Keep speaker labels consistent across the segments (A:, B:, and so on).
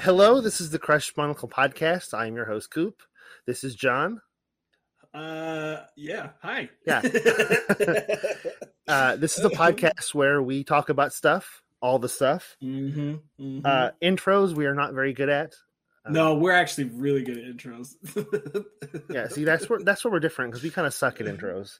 A: Hello, this is the Crush Monocle podcast. I am your host, Coop. This is John.
B: Uh, yeah. Hi.
A: Yeah. Uh, this is a podcast where we talk about stuff, all the stuff.
B: hmm
A: Uh, intros we are not very good at. Uh,
B: no, we're actually really good at intros.
A: Yeah, see that's where that's where we're different because we kind of suck at intros.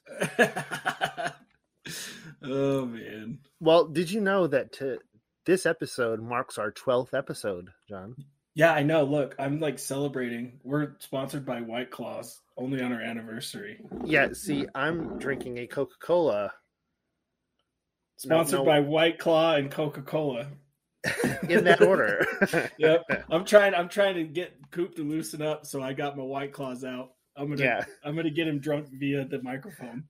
B: oh man.
A: Well, did you know that to, this episode marks our twelfth episode, John?
B: Yeah, I know. Look, I'm like celebrating. We're sponsored by White Claws only on our anniversary.
A: Yeah. See, I'm drinking a Coca Cola.
B: Sponsored by White Claw and Coca Cola.
A: in that order.
B: yep. I'm trying. I'm trying to get Coop to loosen up, so I got my White Claws out. I'm gonna.
A: yeah.
B: I'm gonna get him drunk via the microphone.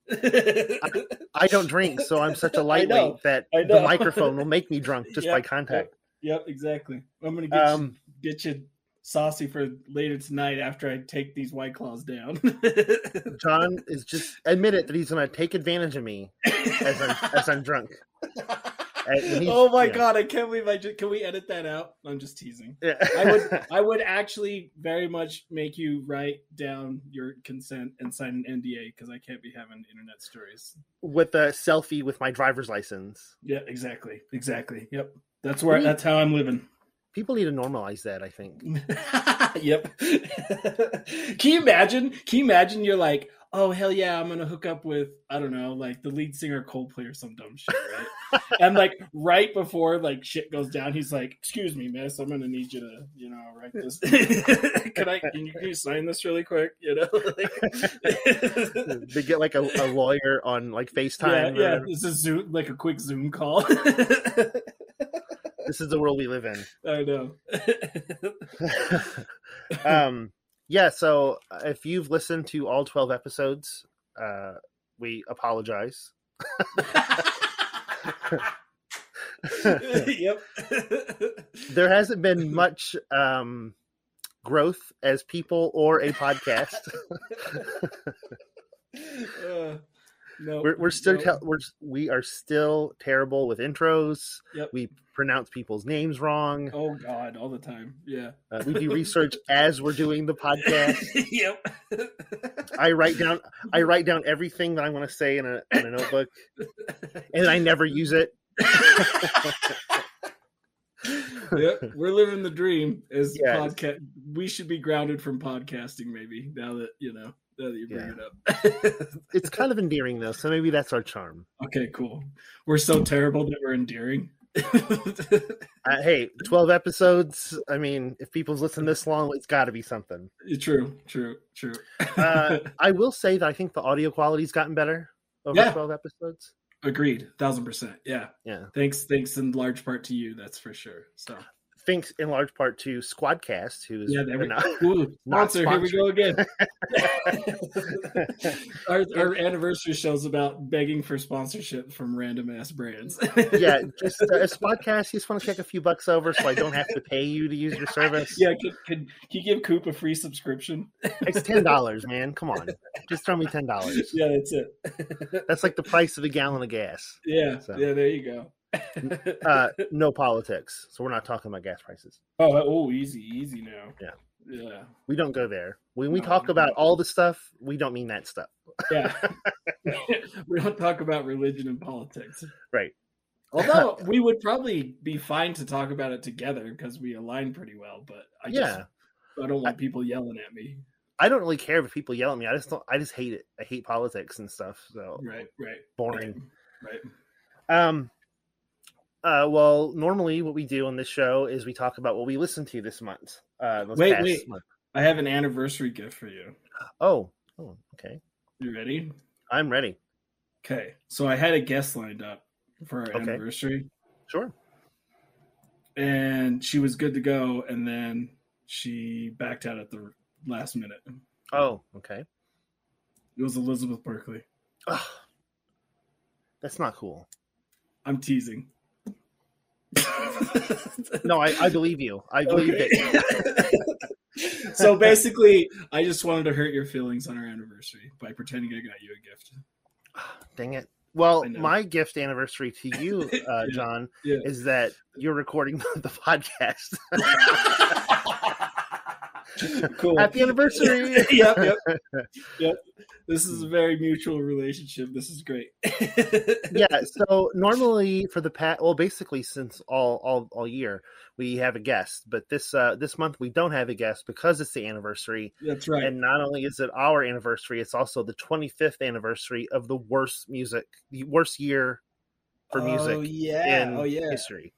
A: I don't drink, so I'm such a lightweight
B: know,
A: that
B: I
A: the
B: know.
A: microphone will make me drunk just
B: Yeah,
A: by contact.
B: Yep, exactly. I'm gonna get
A: Um,
B: you, get you saucy for later tonight after I take these white claws down.
A: John is just admit it that he's going to take advantage of me as I'm as I'm drunk. when he's-
B: oh my
A: yeah.
B: god, I can't believe I just, can we edit that out? I'm just teasing.
A: Yeah.
B: I would I would actually very much make you write down your consent and sign an NDA because I can't be having internet stories.
A: with a selfie with my driver's license.
B: Yeah, exactly. Exactly. Yep. That's where
A: We-
B: that's how I'm living.
A: People need to normalize that. I think.
B: yep. can you imagine? Can you imagine you're like, oh hell yeah, I'm gonna hook up with I don't know, like the lead singer of Coldplay or some dumb shit, right? and like right before like shit goes down, he's like, excuse me, miss, I'm gonna need you to, you know, write this. can I can you, can you sign this really quick? You know? Like-
A: They get like a, a lawyer on like
B: yeah,
A: FaceTime. or
B: yeah.
A: whatever.
B: This is Zoom like a quick Zoom call.
A: This is the world we live in.
B: I know.
A: um, yeah. So uh, if you've listened to all twelve episodes, uh, we apologize.
B: yep.
A: There hasn't been much um, growth as people or a podcast.
B: Uh, no,
A: we're, we're still
B: no.
A: tel- we're s- we are still terrible with intros.
B: Yep.
A: We pronounce people's names wrong.
B: oh god, all the time. Yeah.
A: Uh, we do research as we're doing the podcast.
B: yep.
A: I write down I write down everything that I want to say in a in a notebook, and I never use it.
B: yep. We're living the dream as
A: Yeah.
B: podcast. We should be grounded from podcasting, maybe. Now that you know. Now that you bring it up.
A: It's kind of endearing though, so maybe that's our charm.
B: okay, cool. We're so terrible that we're endearing.
A: Uh, hey, twelve episodes. I mean, if people's listened this long, it's got to be something.
B: true. True. True.
A: Uh, I will say that I think the audio quality's gotten better over
B: Yeah.
A: twelve episodes.
B: Agreed, thousand percent. Yeah,
A: Yeah,
B: thanks, thanks in large part to you. That's for sure. So
A: thanks in large part to Squadcast, who is
B: yeah, there we go.
A: not-
B: Ooh,
A: not
B: Sponsor, here we go again. our, our anniversary show's about begging for sponsorship from random ass brands.
A: yeah, just uh, as podcast, you just want to kick a few bucks over so I don't have to pay you to use your service.
B: yeah. Could, could, can you give Coop a free subscription?
A: It's ten dollars, man. Come on, just throw me ten dollars.
B: yeah, that's it.
A: That's like the price of a gallon of gas.
B: yeah,
A: So.
B: yeah. There you go. Mm,
A: Uh, no politics, so we're not talking about gas prices.
B: oh, oh, easy, easy now.
A: Yeah.
B: yeah.
A: We don't go there. When we
B: No,
A: talk
B: no.
A: about all the stuff, we don't mean that stuff.
B: Yeah. we don't talk about religion and politics.
A: Right.
B: Although we would probably be fine to talk about it together because we align pretty well, but I just
A: Yeah.
B: I don't want people yelling at me.
A: I don't really care if people yell at me. I just don't. I just hate it. I hate politics and stuff. So
B: Right, right.
A: boring.
B: Right.
A: Um, uh, well, normally what we do on this show is we talk about what we listened to this month. Uh, this
B: Wait,
A: past
B: wait.
A: month.
B: I have an anniversary gift for you.
A: Oh, oh, okay.
B: You ready?
A: I'm ready.
B: Okay. So I had a guest lined up for our
A: Okay.
B: anniversary
A: Sure.
B: and she was good to go and then she backed out at the last minute.
A: Oh, okay.
B: It was Elizabeth Berkeley.
A: Ugh. That's not cool.
B: I'm teasing.
A: No, I, I believe you. I believe
B: Okay.
A: that.
B: so basically, I just wanted to hurt your feelings on our anniversary by pretending I got you a gift.
A: Dang it. Well,
B: I know.
A: my gift anniversary to you, uh,
B: Yeah.
A: John,
B: Yeah.
A: is that you're recording the podcast.
B: cool.
A: Happy anniversary!
B: yep, yep, yep. This is
A: Hmm.
B: a very mutual relationship. This is great.
A: yeah. So normally for the past, well, basically since all all all year we have a guest, but this uh this month we don't have a guest because it's the anniversary,
B: That's right.
A: and not only is it our anniversary, it's also the 25th anniversary of the worst music, the worst year for
B: Oh
A: music
B: yeah.
A: in
B: Oh yeah.
A: history.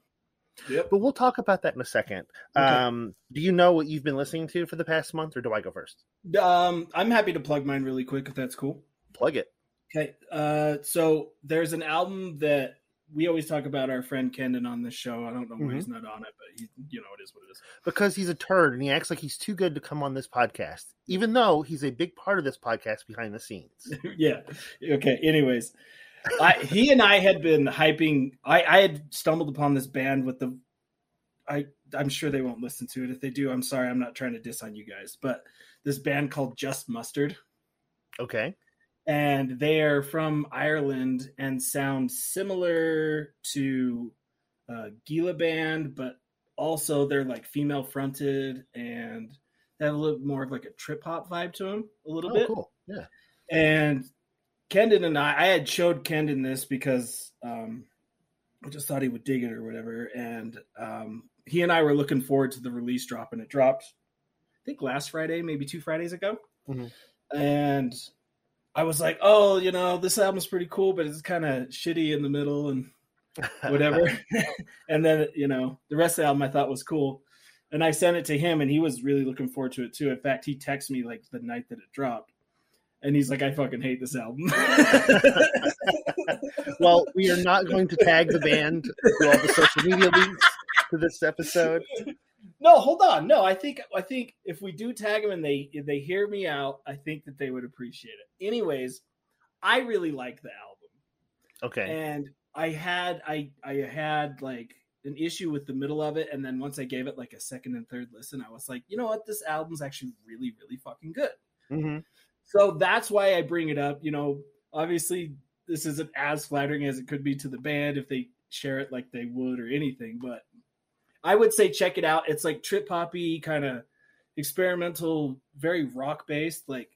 B: Yep.
A: But we'll talk about that in a second.
B: Okay.
A: Um, do you know what you've been listening to for the past month, or do I go first?
B: Um, I'm happy to plug mine really quick if that's cool.
A: Plug it.
B: Okay. Uh, so there's an album that we always talk about our friend Kendon on this show. I don't know why
A: Mm-hmm.
B: he's not on it, but he, you know, it is what it is.
A: because he's a turd and he acts like he's too good to come on this podcast, even though he's a big part of this podcast behind the scenes.
B: yeah. Okay. Anyways, I, he and I had been hyping. I, I had stumbled upon this band with the. I I'm sure they won't listen to it. If they do, I'm sorry. I'm not trying to diss on you guys, but this band called Just Mustard,
A: Okay.
B: and they are from Ireland and sound similar to uh, Gila Band, but also they're like female fronted and they have a little more of like a trip hop vibe to them a little
A: Oh,
B: bit
A: cool. Yeah.
B: and Kendon and I, I had showed Kendon this because um, I just thought he would dig it or whatever. And um, he and I were looking forward to the release drop, and it dropped, I think last Friday, maybe two Fridays ago.
A: Mhm.
B: And I was like, oh, you know, this album's pretty cool, but it's kind of shitty in the middle and whatever. and then, you know, the rest of the album I thought was cool. And I sent it to him, and he was really looking forward to it too. In fact, he texted me like the night that it dropped, and he's like, "I fucking hate this album."
A: well, we are not going to tag the band to all the social media links to this episode.
B: no, hold on. No, I think I think if we do tag them and they if they hear me out, I think that they would appreciate it. Anyways, I really like the album.
A: Okay.
B: and I had I I had like an issue with the middle of it, and then once I gave it like a second and third listen, I was like, you know what, this album's actually really really fucking good.
A: Mhm.
B: So that's why I bring it up. You know, obviously this isn't as flattering as it could be to the band if they share it like they would or anything, but I would say check it out. It's like trip hoppy kind of experimental, very rock based, like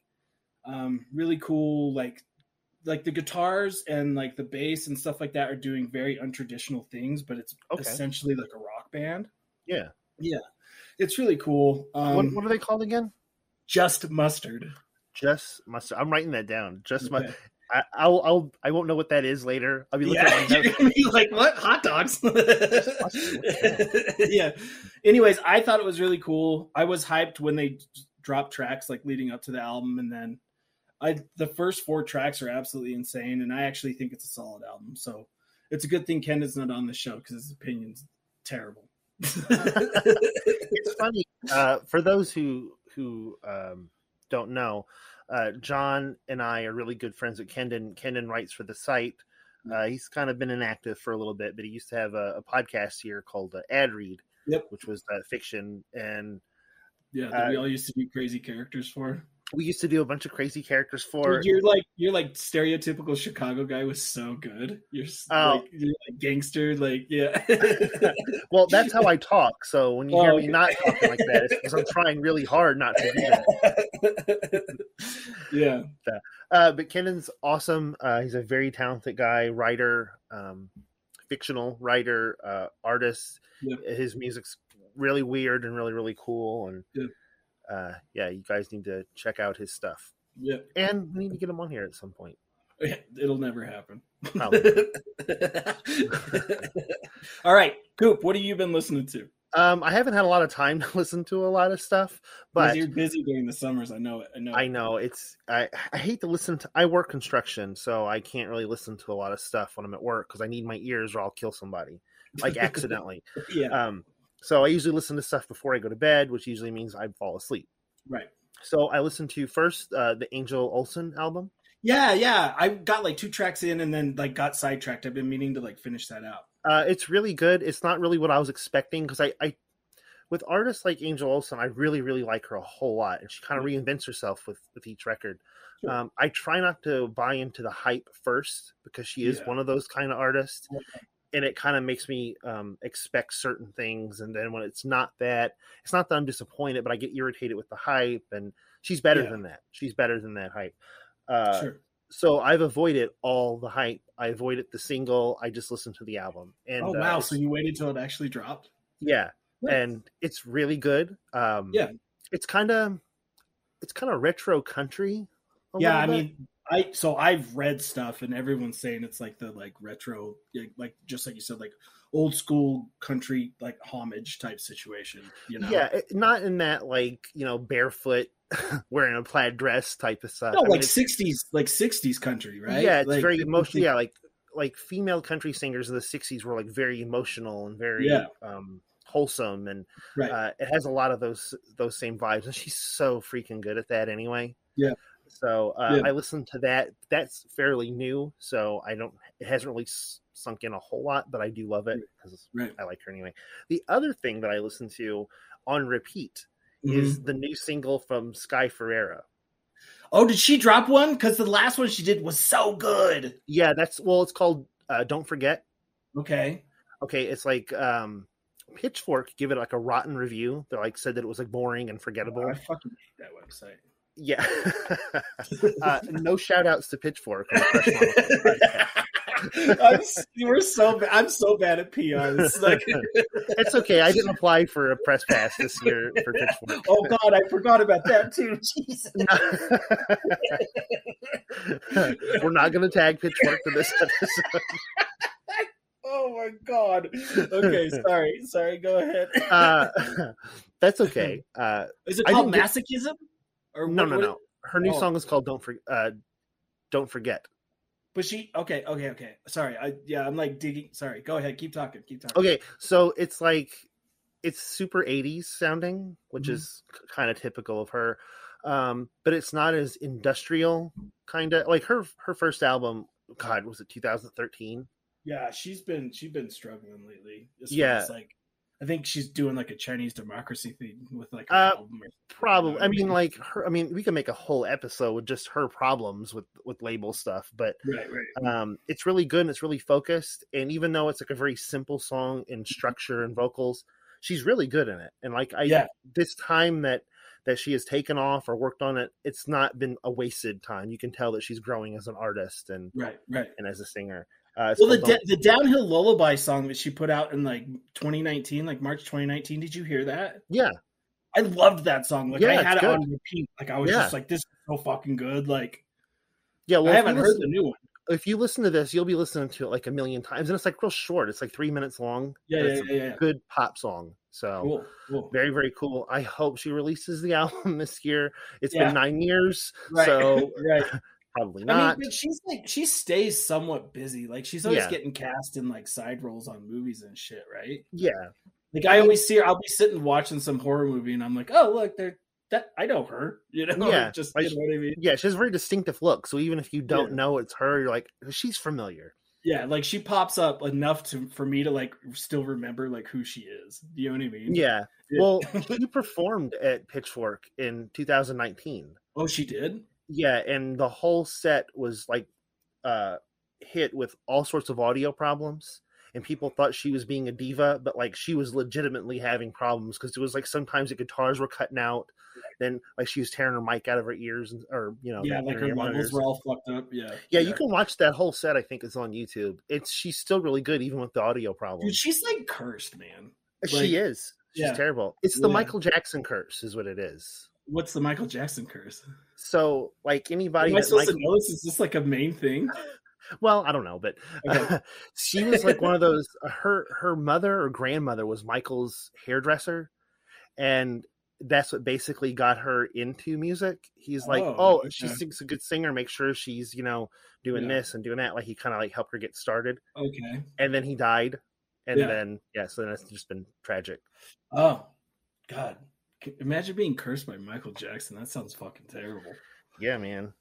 B: um really cool like like the guitars and like the bass and stuff like that are doing very untraditional things, but it's
A: Okay.
B: essentially like a rock band.
A: Yeah.
B: Yeah. It's really cool. Um
A: what, what are they called again?
B: just mustard.
A: Just mustard. I'm writing that down. Just my.
B: Okay.
A: I, I'll. I'll. I won't know what that is later. I'll be looking at my
B: you're
A: notes.
B: gonna be like, what hot dogs? yeah. Anyways, I thought it was really cool. I was hyped when they dropped tracks like leading up to the album, and then I the first four tracks are absolutely insane, and I actually think it's a solid album. So it's a good thing Ken is not on the show because his opinion's terrible.
A: it's funny uh, for those who who um, don't know uh, john and i are really good friends with kendon kendon writes for the site
B: Mm-hmm.
A: uh, he's kind of been inactive for a little bit but he used to have a, a podcast here called uh, ad read
B: Yep.
A: which was uh, fiction and
B: yeah, that we all used to do crazy characters for.
A: we used to do a bunch of crazy characters for
B: Dude, you're like you're like stereotypical Chicago guy was so good. You're s
A: Oh.
B: like, you're like gangster, like yeah.
A: well that's how i talk so when you hear
B: Oh,
A: me
B: okay.
A: not talking like that it's because i'm trying really hard not to do that
B: yeah.
A: Uh, but Kennan's awesome. Uh, he's a very talented guy, writer, um, fictional writer, uh, artist.
B: Yeah.
A: His music's really weird and really, really cool. And
B: Yeah.
A: Uh, yeah, you guys need to check out his stuff.
B: Yeah.
A: And we need to get him on here at some point.
B: It'll never happen.
A: Probably.
B: All right, Coop, what have you been listening to? 'Cause
A: um, I haven't had a lot of time to listen to a lot of stuff, but
B: you're busy during the summers, I know it. I know.
A: I know it's I, I hate to listen to I work construction, so I can't really listen to a lot of stuff when I'm at work because I need my ears or I'll kill somebody. Like accidentally.
B: Yeah.
A: Um, so I usually listen to stuff before I go to bed, which usually means I fall asleep.
B: Right.
A: So I listened to first uh, the Angel Olsen album.
B: Yeah, yeah. I got like two tracks in and then like got sidetracked. I've been meaning to like finish that out.
A: Uh, it's really good. It's not really what I was expecting because I, I with artists like Angel Olsen, I really, really like her a whole lot, and she kind of reinvents herself with with each record.
B: Mm-hmm. Sure.
A: Um, I try not to buy into the hype first because she is
B: Yeah.
A: one of those kind of artists,
B: Okay.
A: and it kind of makes me um, expect certain things. And then when it's not that, it's not that I'm disappointed, but I get irritated with the hype. And she's better
B: Yeah.
A: than that. She's better than that hype. Uh,
B: sure.
A: So I've avoided all the hype. I avoided the single. I just listened to the album. And
B: oh
A: uh,
B: wow!
A: it's-
B: So you waited till it actually dropped.
A: yeah,
B: Nice.
A: and it's really good. Um,
B: Yeah.
A: it's kind of it's kind of retro country. a
B: yeah, I
A: little bit.
B: mean, I so I've read stuff and everyone's saying it's like the like retro, like, like just like you said, like old school country like homage type situation. You know,
A: yeah, it- not in that like you know barefoot, wearing a plaid dress type of stuff.
B: no,
A: I mean,
B: like
A: it's-
B: '60s, like '60s country, right?
A: yeah, it's
B: Like,
A: very emotional.
B: like-
A: Yeah, like like female country singers in the '60s were like very emotional and very
B: Yeah.
A: um, wholesome, and
B: Right.
A: uh, it has a lot of those those same vibes. And she's so freaking good at that, anyway.
B: Yeah.
A: So uh,
B: Yeah.
A: I listened to that. That's fairly new, so I don't. It hasn't really s- sunk in a whole lot, but I do love it because
B: Right.
A: I like her anyway. The other thing that I listened to on repeat
B: Mhm.
A: is the new single from Sky Ferreira.
B: Oh, did she drop one? Because the last one she did was so good.
A: Yeah, that's well. It's called uh, "Don't Forget."
B: Okay.
A: okay it's like um pitchfork give it like a rotten review they like said that it was like boring and forgettable
B: I fucking hate that website.
A: yeah uh, no shout outs to pitchfork or Crush Mama.
B: I'm, s- we're so ba- I'm so bad at PR. This is like-
A: it's okay i didn't apply for a press pass this year for pitchfork
B: oh God, I forgot about that too. Jesus.
A: we're not going to tag pitchfork for this episode
B: Oh my God. Okay, sorry, sorry. Go ahead.
A: uh, that's okay uh,
B: is it
A: I
B: called
A: didn't
B: masochism? Or
A: no
B: what-
A: no
B: what-
A: no her new
B: Oh.
A: song is called don't forget uh, don't forget
B: But she. Okay, okay, okay. Sorry. I yeah. I'm like digging. Sorry. Go ahead. Keep talking. Keep talking.
A: Okay, so it's like it's super 80s sounding, which
B: Mhm.
A: is kind of typical of her. Um, but it's not as industrial kind of like her her first album, god, was it 2013?
B: Yeah, she's been she's been struggling lately. As far
A: Yeah.
B: as, like I think she's doing like a Chinese democracy thing with like
A: Uh,
B: her album or-
A: Probably. I mean
B: Right.
A: like her I mean we can make a whole episode with just her problems with with label stuff, but
B: right, right.
A: um it's really good and it's really focused and even though it's like a very simple song in structure and vocals she's really good in it and like i
B: Yeah.
A: this time that that she has taken off or worked on it it's not been a wasted time you can tell that she's growing as an artist and
B: Right, right.
A: and as a singer uh it's
B: Well, the
A: called
B: da- the downhill lullaby song that she put out in like 2019, like March 2019. Did you hear that?
A: Yeah.
B: I loved that song. Like
A: Yeah,
B: I had it
A: it's
B: on repeat. Like I was
A: Yeah.
B: just like, this is so fucking good. Like
A: Don't- yeah well
B: I
A: if you
B: haven't heard
A: listen-
B: the new one.
A: if you listen to this you'll be listening to it like a million times and it's like real short it's like three minutes long
B: Yeah,
A: but
B: yeah,
A: it's a
B: yeah, yeah.
A: good pop song so
B: Cool, cool.
A: very very cool i hope she releases the album this year It's
B: Yeah.
A: been nine years
B: Right,
A: so
B: right.
A: probably
B: I
A: not
B: mean, but she's like she stays somewhat busy. Like she's always
A: Yeah.
B: getting cast in like side roles on movies and shit, right?
A: yeah
B: Like
A: I
B: I,
A: mean-
B: always see her. I'll be sitting watching some horror movie, and I'm like, "Oh, look, there. That I know her. You know,
A: Yeah,
B: just
A: like-
B: you know what I mean.
A: yeah she has a very distinctive look so even if you don't
B: Yeah.
A: know it's her you're like she's familiar
B: Yeah, like she pops up enough to for me to like still remember like who she is. You know what I mean?
A: yeah
B: Yeah.
A: well she performed at pitchfork in 2019
B: Oh, she did.
A: yeah and the whole set was like uh hit with all sorts of audio problems and people thought she was being a diva but like she was legitimately having problems because it was like sometimes the guitars were cutting out then like she was tearing her mic out of her ears and, or you know
B: yeah,
A: out
B: like
A: Oh, her
B: her
A: ear
B: levels
A: monitors.
B: were all fucked up. Yeah,
A: Yeah, you can watch that whole set. I think it's on YouTube. It's she's still really good, even with the audio
B: Dude,
A: problems.
B: she's like cursed, man. like-
A: she is. She's
B: yeah.
A: terrible. It's the
B: Yeah.
A: Michael Jackson curse, is what it is.
B: What's the Michael Jackson curse?
A: So, like anybody,
B: Am I
A: that
B: supposed
A: Michael-
B: to know this? Is this like a main thing?
A: well, I don't know, but
B: Okay.
A: she was like one of those. uh, Her her mother or grandmother was Michael's hairdresser, and that's what basically got her into music. He's like,
B: Oh,
A: oh,
B: okay.
A: she's a good singer. Make sure she's you know doing
B: Yeah.
A: this and doing that. Like he kind of like helped her get started.
B: Okay.
A: and then he died and
B: Yeah.
A: then yeah so then it's just been tragic
B: Oh, God. C- Imagine being cursed by Michael Jackson. That sounds fucking terrible.
A: yeah man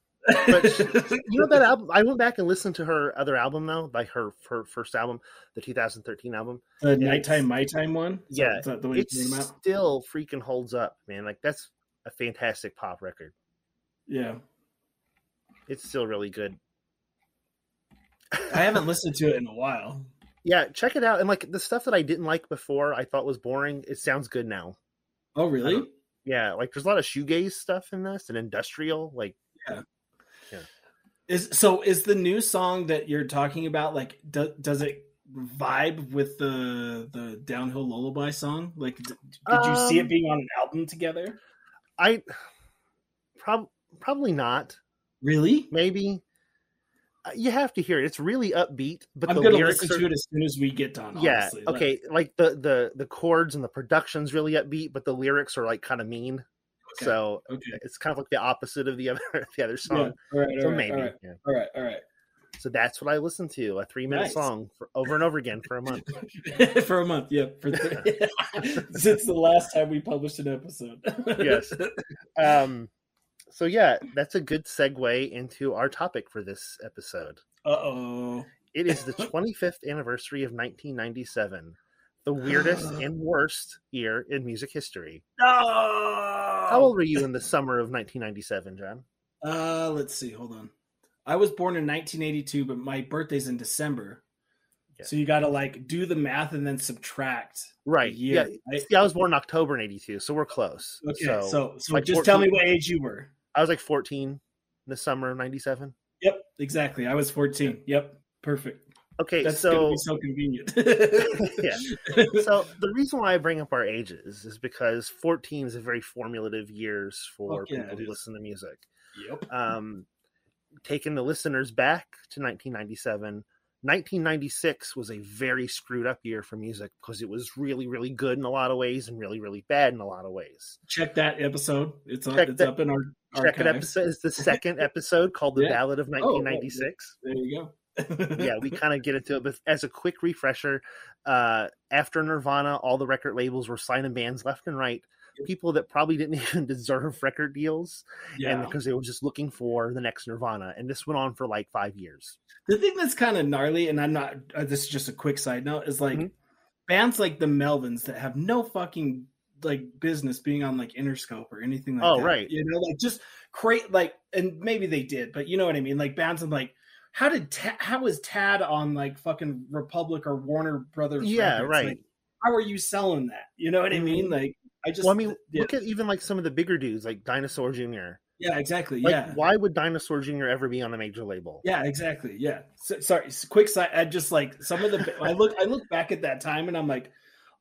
A: But she- you know that album? I went back and listened to her other album though, like her her first album, the 2013 album.
B: the nighttime my time one. Is that-
A: Yeah,
B: is that the way
A: It
B: you came out?
A: still freaking holds up, man. Like that's a fantastic pop record.
B: Yeah,
A: It's still really good.
B: I haven't listened to it in a while.
A: Yeah, check it out. And like the stuff that I didn't like before, I thought was boring. It sounds good now.
B: Oh,
A: I
B: really?
A: don't- Yeah, like there's a lot of shoegaze stuff in this and industrial. Like
B: Is so? Is the new song that you're talking about like? Do, does it vibe with the the downhill lullaby song? Like, d- did you see
A: Um,
B: it being on an album together?
A: I prob- probably not.
B: Really?
A: Maybe Uh, you have to hear it. It's really upbeat, but
B: I'm
A: the
B: gonna
A: lyrics
B: listen
A: are
B: to it as soon as we get done.
A: yeah
B: honestly. Like,
A: okay like the the the chords and the production's really upbeat but the lyrics are like kind of mean
B: Okay.
A: so
B: okay.
A: it's kind of like the opposite of the other the other
B: Yeah,
A: song
B: all right,
A: so
B: all right,
A: maybe
B: all right,
A: yeah.
B: all right, all right.
A: so that's what i listened to a three minute
B: Nice.
A: song for over and over again for a month
B: for a month, yeah. For three. Since the last time we published an episode.
A: Yes. um so yeah that's a good segue into our topic for this episode
B: Uh oh.
A: it is the 25th anniversary of 1997 the weirdest and worst year in music history
B: No.
A: how old were you in the summer of 1997 john
B: Uh, let's see. Hold on. I was born in 1982, but my birthday's in December.
A: Yeah.
B: So you got to like do the math and then subtract. a
A: right yeah
B: year, right?
A: See, I was born in October in '82, so we're close.
B: Okay.
A: so,
B: So so,
A: like
B: just tell me
A: 14.
B: what age you were.
A: I was like 14 in the summer of '97.
B: Yep. Exactly. I was 14. Yep. Perfect.
A: Okay,
B: That's gonna
A: so
B: be so convenient.
A: so the reason why I bring up our ages is because 14 is a very formulative years for
B: Fuck yeah,
A: people
B: it
A: who
B: is.
A: listen to music.
B: Yep.
A: Um, taking the listeners back to 1997. 1996 was a very screwed up year for music because it was really, really good in a lot of ways and really, really bad in a lot of ways.
B: Check that episode. It's up.
A: Check
B: It's
A: that-
B: up in our
A: Second
B: archives.
A: episode is the second episode called "The
B: Yeah.
A: Ballad of 1996."
B: There you go.
A: yeah, we kind of get into it. But as a quick refresher, uh, after Nirvana, all the record labels were signing bands left and right, people that probably didn't even deserve record deals, and
B: Yeah.
A: because they were just looking for the next Nirvana. And this went on for like five years.
B: the thing that's kind of gnarly, and I'm not. Uh, this is just a quick side note. Is like
A: Mhm.
B: bands like the Melvins that have no fucking like business being on like Interscope or anything like
A: Oh,
B: that.
A: right.
B: You know, like just create like, and maybe they did, but you know what I mean. Like bands, I'm like, how did Ta- how was Tad on like fucking Republic or Warner Brothers?
A: yeah,
B: records?
A: right.
B: Like, how are you selling that? You know what I mean?
A: Mhm.
B: Like, I just.
A: well, I mean,
B: yeah,
A: look at even like some of the bigger dudes, like Dinosaur Jr.
B: yeah, exactly.
A: Like,
B: yeah.
A: why would Dinosaur Jr. ever be on a major label?
B: Yeah, exactly. Yeah. So, sorry, s- quick side. I just like some of the. I look. I look back at that time, and I'm like,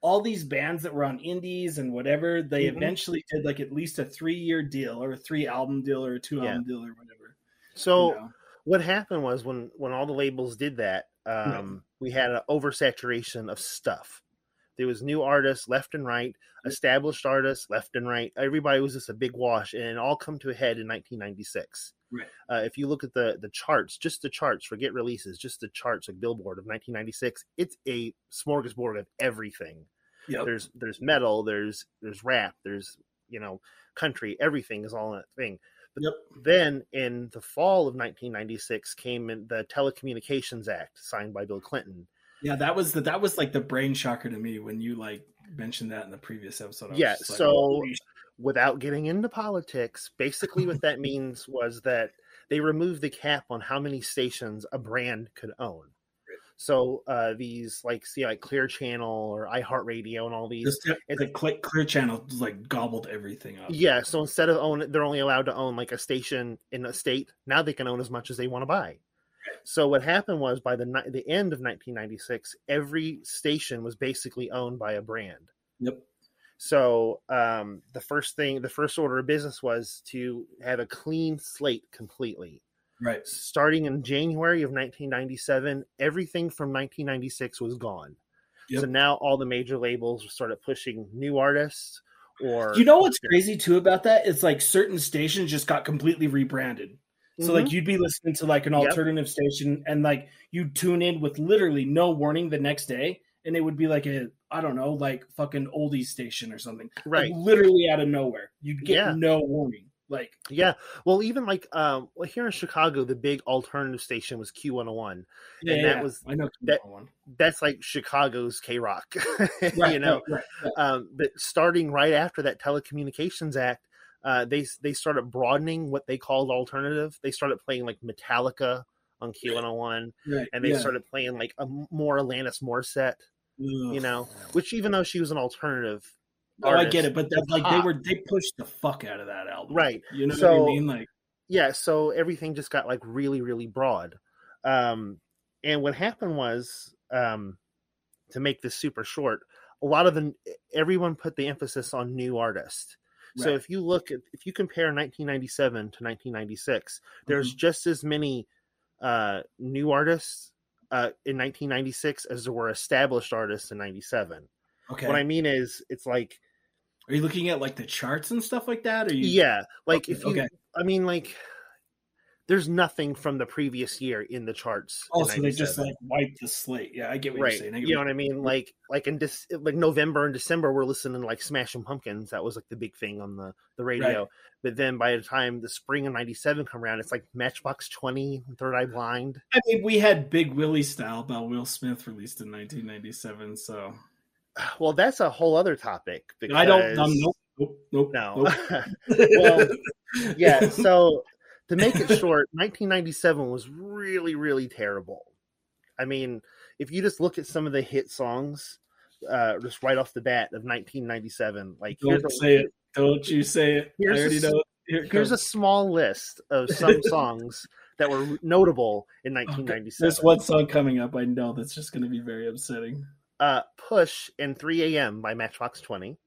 B: all these bands that were on indies and whatever, they
A: Mhm.
B: eventually did like at least a three year deal or a three album deal or a two album deal or whatever.
A: So.
B: you know?
A: what happened was when when all the labels did that um we had an oversaturation of stuff there was new artists left and right
B: Mm-hmm.
A: established artists left and right everybody was just a big wash and it all come to a head in 1996
B: Right.
A: uh, if you look at the the charts just the charts forget releases just the charts like billboard of 1996 it's a smorgasbord of everything
B: Yep.
A: there's there's metal there's there's rap there's you know country everything is all in that thing but
B: Yep.
A: then in the fall of 1996 came in the telecommunications act signed by bill clinton
B: Yeah, that was the that was like the brain shocker to me when you like mentioned that in the previous episode. I was
A: Yeah,
B: just like,
A: so-
B: holy sh-
A: without getting into politics basically what that means was that they removed the cap on how many stations a brand could own so uh, these like see like clear channel or iheartradio and all these
B: just
A: it's-
B: the clear, clear channel just, like gobbled everything up.
A: Yeah, so instead of own, they're only allowed to own like a station in a state. Now they can own as much as they want to buy. So what happened was by the ni- the end of 1996, every station was basically owned by a brand.
B: Yep.
A: So um, the first thing, the first order of business was to have a clean slate completely.
B: Right.
A: Starting in January of 1997, everything from 1996 was gone.
B: Yep.
A: So now all the major labels started pushing new artists or
B: You know what's
A: Yeah.
B: crazy too about that? It's like certain stations just got completely rebranded. So
A: Mhm.
B: like you'd be listening to like an
A: Yep.
B: alternative station and like you'd tune in with literally no warning the next day and it would be like a I don't know, like fucking oldie station or something. Like,
A: Mm-hmm. right.
B: literally out of nowhere. You'd get
A: Yeah.
B: no warning. Like
A: Yeah. Well, even like um well, here in Chicago, the big alternative station was Q101.
B: yeah,
A: And
B: yeah,
A: that
B: yeah.
A: was-
B: I know
A: that-
B: one.
A: That's like Chicago's K Rock.
B: Right,
A: you know,
B: right, right, right.
A: um, but starting right after that Telecommunications Act, uh, they they started broadening what they called alternative. They started playing like Metallica on Q101,
B: Right,
A: and they
B: yeah.
A: started playing like a m- more Alanis Morissette,
B: Ugh.
A: you know, which even though she was an alternative,
B: Oh, I
A: artist,
B: get it, but that's like they
A: hot.
B: were they pushed the fuck out of that album,
A: right?
B: You know
A: So-
B: what I mean? Like,
A: yeah so everything just got like really really broad um and what happened was um to make this super short a lot of them everyone put the emphasis on new artists so
B: Right.
A: if you look at if you compare 1997 to 1996 there's
B: Mm-hmm.
A: just as many uh new artists uh in 1996 as there were established artists in 97
B: okay,
A: what i mean is it's like
B: are you looking at like the charts and stuff like that? Or you,
A: yeah like
B: Okay,
A: if you
B: okay.
A: i mean like there's nothing from the previous year in the charts in
B: Oh, so they just
A: 97.
B: like wiped the slate. Yeah, I get what
A: right
B: you're saying. I get
A: you know what i mean like like in this like november and december we're listening to like smashing pumpkins that was like the big thing on the the radio but then by the time the spring of 97 come around it's like matchbox 20 third eye blind
B: I mean, we had Big Willie style by Will Smith released in 1997. So
A: well that's a whole other topic because
B: I don't. Um, nope. Nope. Nope.
A: no
B: nope.
A: Well, yeah so to make it short 1997 was really really terrible i mean if you just look at some of the hit songs uh just right off the bat of 1997 like here's
B: don't
A: a,
B: say it. Don't you say it.
A: Here's
B: I already
A: a-
B: know. it. Here it
A: here's a
B: comes.
A: small list of some songs that were notable in
B: Oh, There's
A: 1997
B: one song coming up. I know that's just going to be very upsetting.
A: uh push and 3 a.m by matchbox 20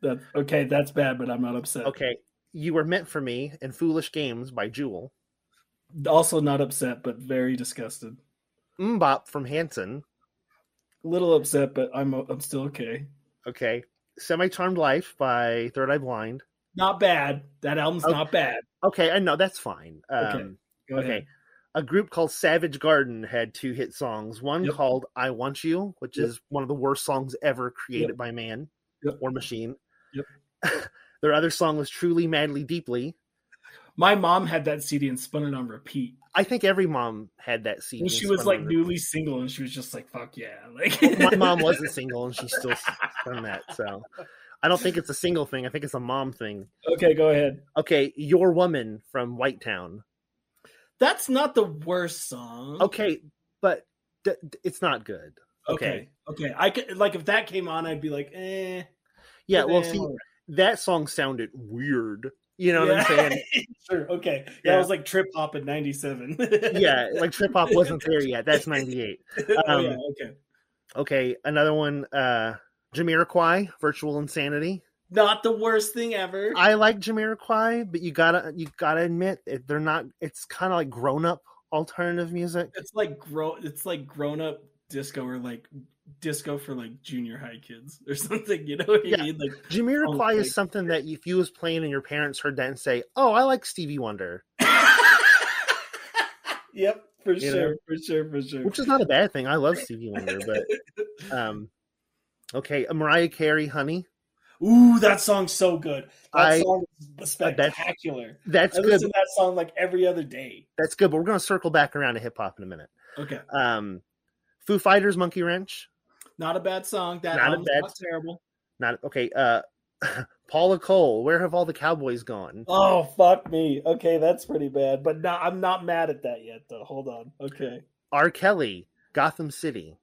B: That okay, that's bad, but I'm not upset.
A: okay you were meant for me and foolish games by jewel
B: Also not upset, but very disgusted.
A: mbop from hanson
B: A little upset, but I'm I'm still okay.
A: okay semi charmed life by third eye blind
B: Not bad. That album's
A: Okay.
B: not bad.
A: Okay, I know that's fine. Um,
B: Okay,
A: okay,
B: Go ahead.
A: a group called Savage Garden had two hit songs. One
B: Yep.
A: called "I Want You," which
B: Yep.
A: is one of the worst songs ever created by man
B: Yep.
A: or machine.
B: Yep.
A: Their other song was "Truly, Madly, Deeply."
B: My mom had that CD and spun it on repeat.
A: I think every mom had that CD.
B: When she was
A: spun
B: like
A: on repeat.
B: newly single, and she was just like, "Fuck yeah!" Like
A: my mom wasn't single, and she still spun that. So, I don't think it's a single thing. I think it's a mom thing.
B: okay, go ahead.
A: Okay, "Your Woman" from Whitetown.
B: That's not the worst song.
A: Okay, but th- th- it's not good.
B: okay, okay. I could like if that came on, I'd be like, "Eh."
A: Yeah,
B: but
A: well,
B: then
A: see,
B: all right.
A: that song sounded weird. You know what
B: Yeah.
A: I'm saying?
B: sure. Okay. Yeah,
A: Yeah.
B: I was like trip hop in '97.
A: yeah, like trip hop wasn't there yet. That's 98.
B: oh, yeah.
A: um,
B: Okay.
A: Okay, another one uh Jamiroquai, Virtual Insanity.
B: Not the worst thing ever.
A: I like Jamiroquai, but you got to you got to admit it, they're not it's kind of like grown-up alternative music.
B: It's like grow. It's like grown up disco or like disco for like junior high kids or something. You know what I
A: Yeah.
B: mean? Like
A: Jamiroquai
B: like-
A: is something that if you was playing and your parents heard that and say, "Oh, I like Stevie Wonder,"
B: yep, for
A: You know?
B: sure, for sure, for sure.
A: which is not a bad thing. I love Stevie Wonder, but um okay, Mariah Carey, Honey.
B: Ooh, that song's so good. That
A: I-
B: song is
A: I bet-
B: spectacular.
A: That's
B: I
A: good.
B: listen to that song like every other day.
A: That's good, but we're going to circle back around to hip hop in a minute.
B: Okay,
A: Um, Foo Fighters, Monkey Wrench.
B: not a bad song. That
A: Not a
B: album's
A: bad-
B: not terrible.
A: Not okay. Uh, Paula Cole. Where have all the cowboys gone?
B: Oh fuck me. Okay, that's pretty bad. But no, I'm not mad at that yet though. Hold on. Okay.
A: R. Kelly, Gotham City.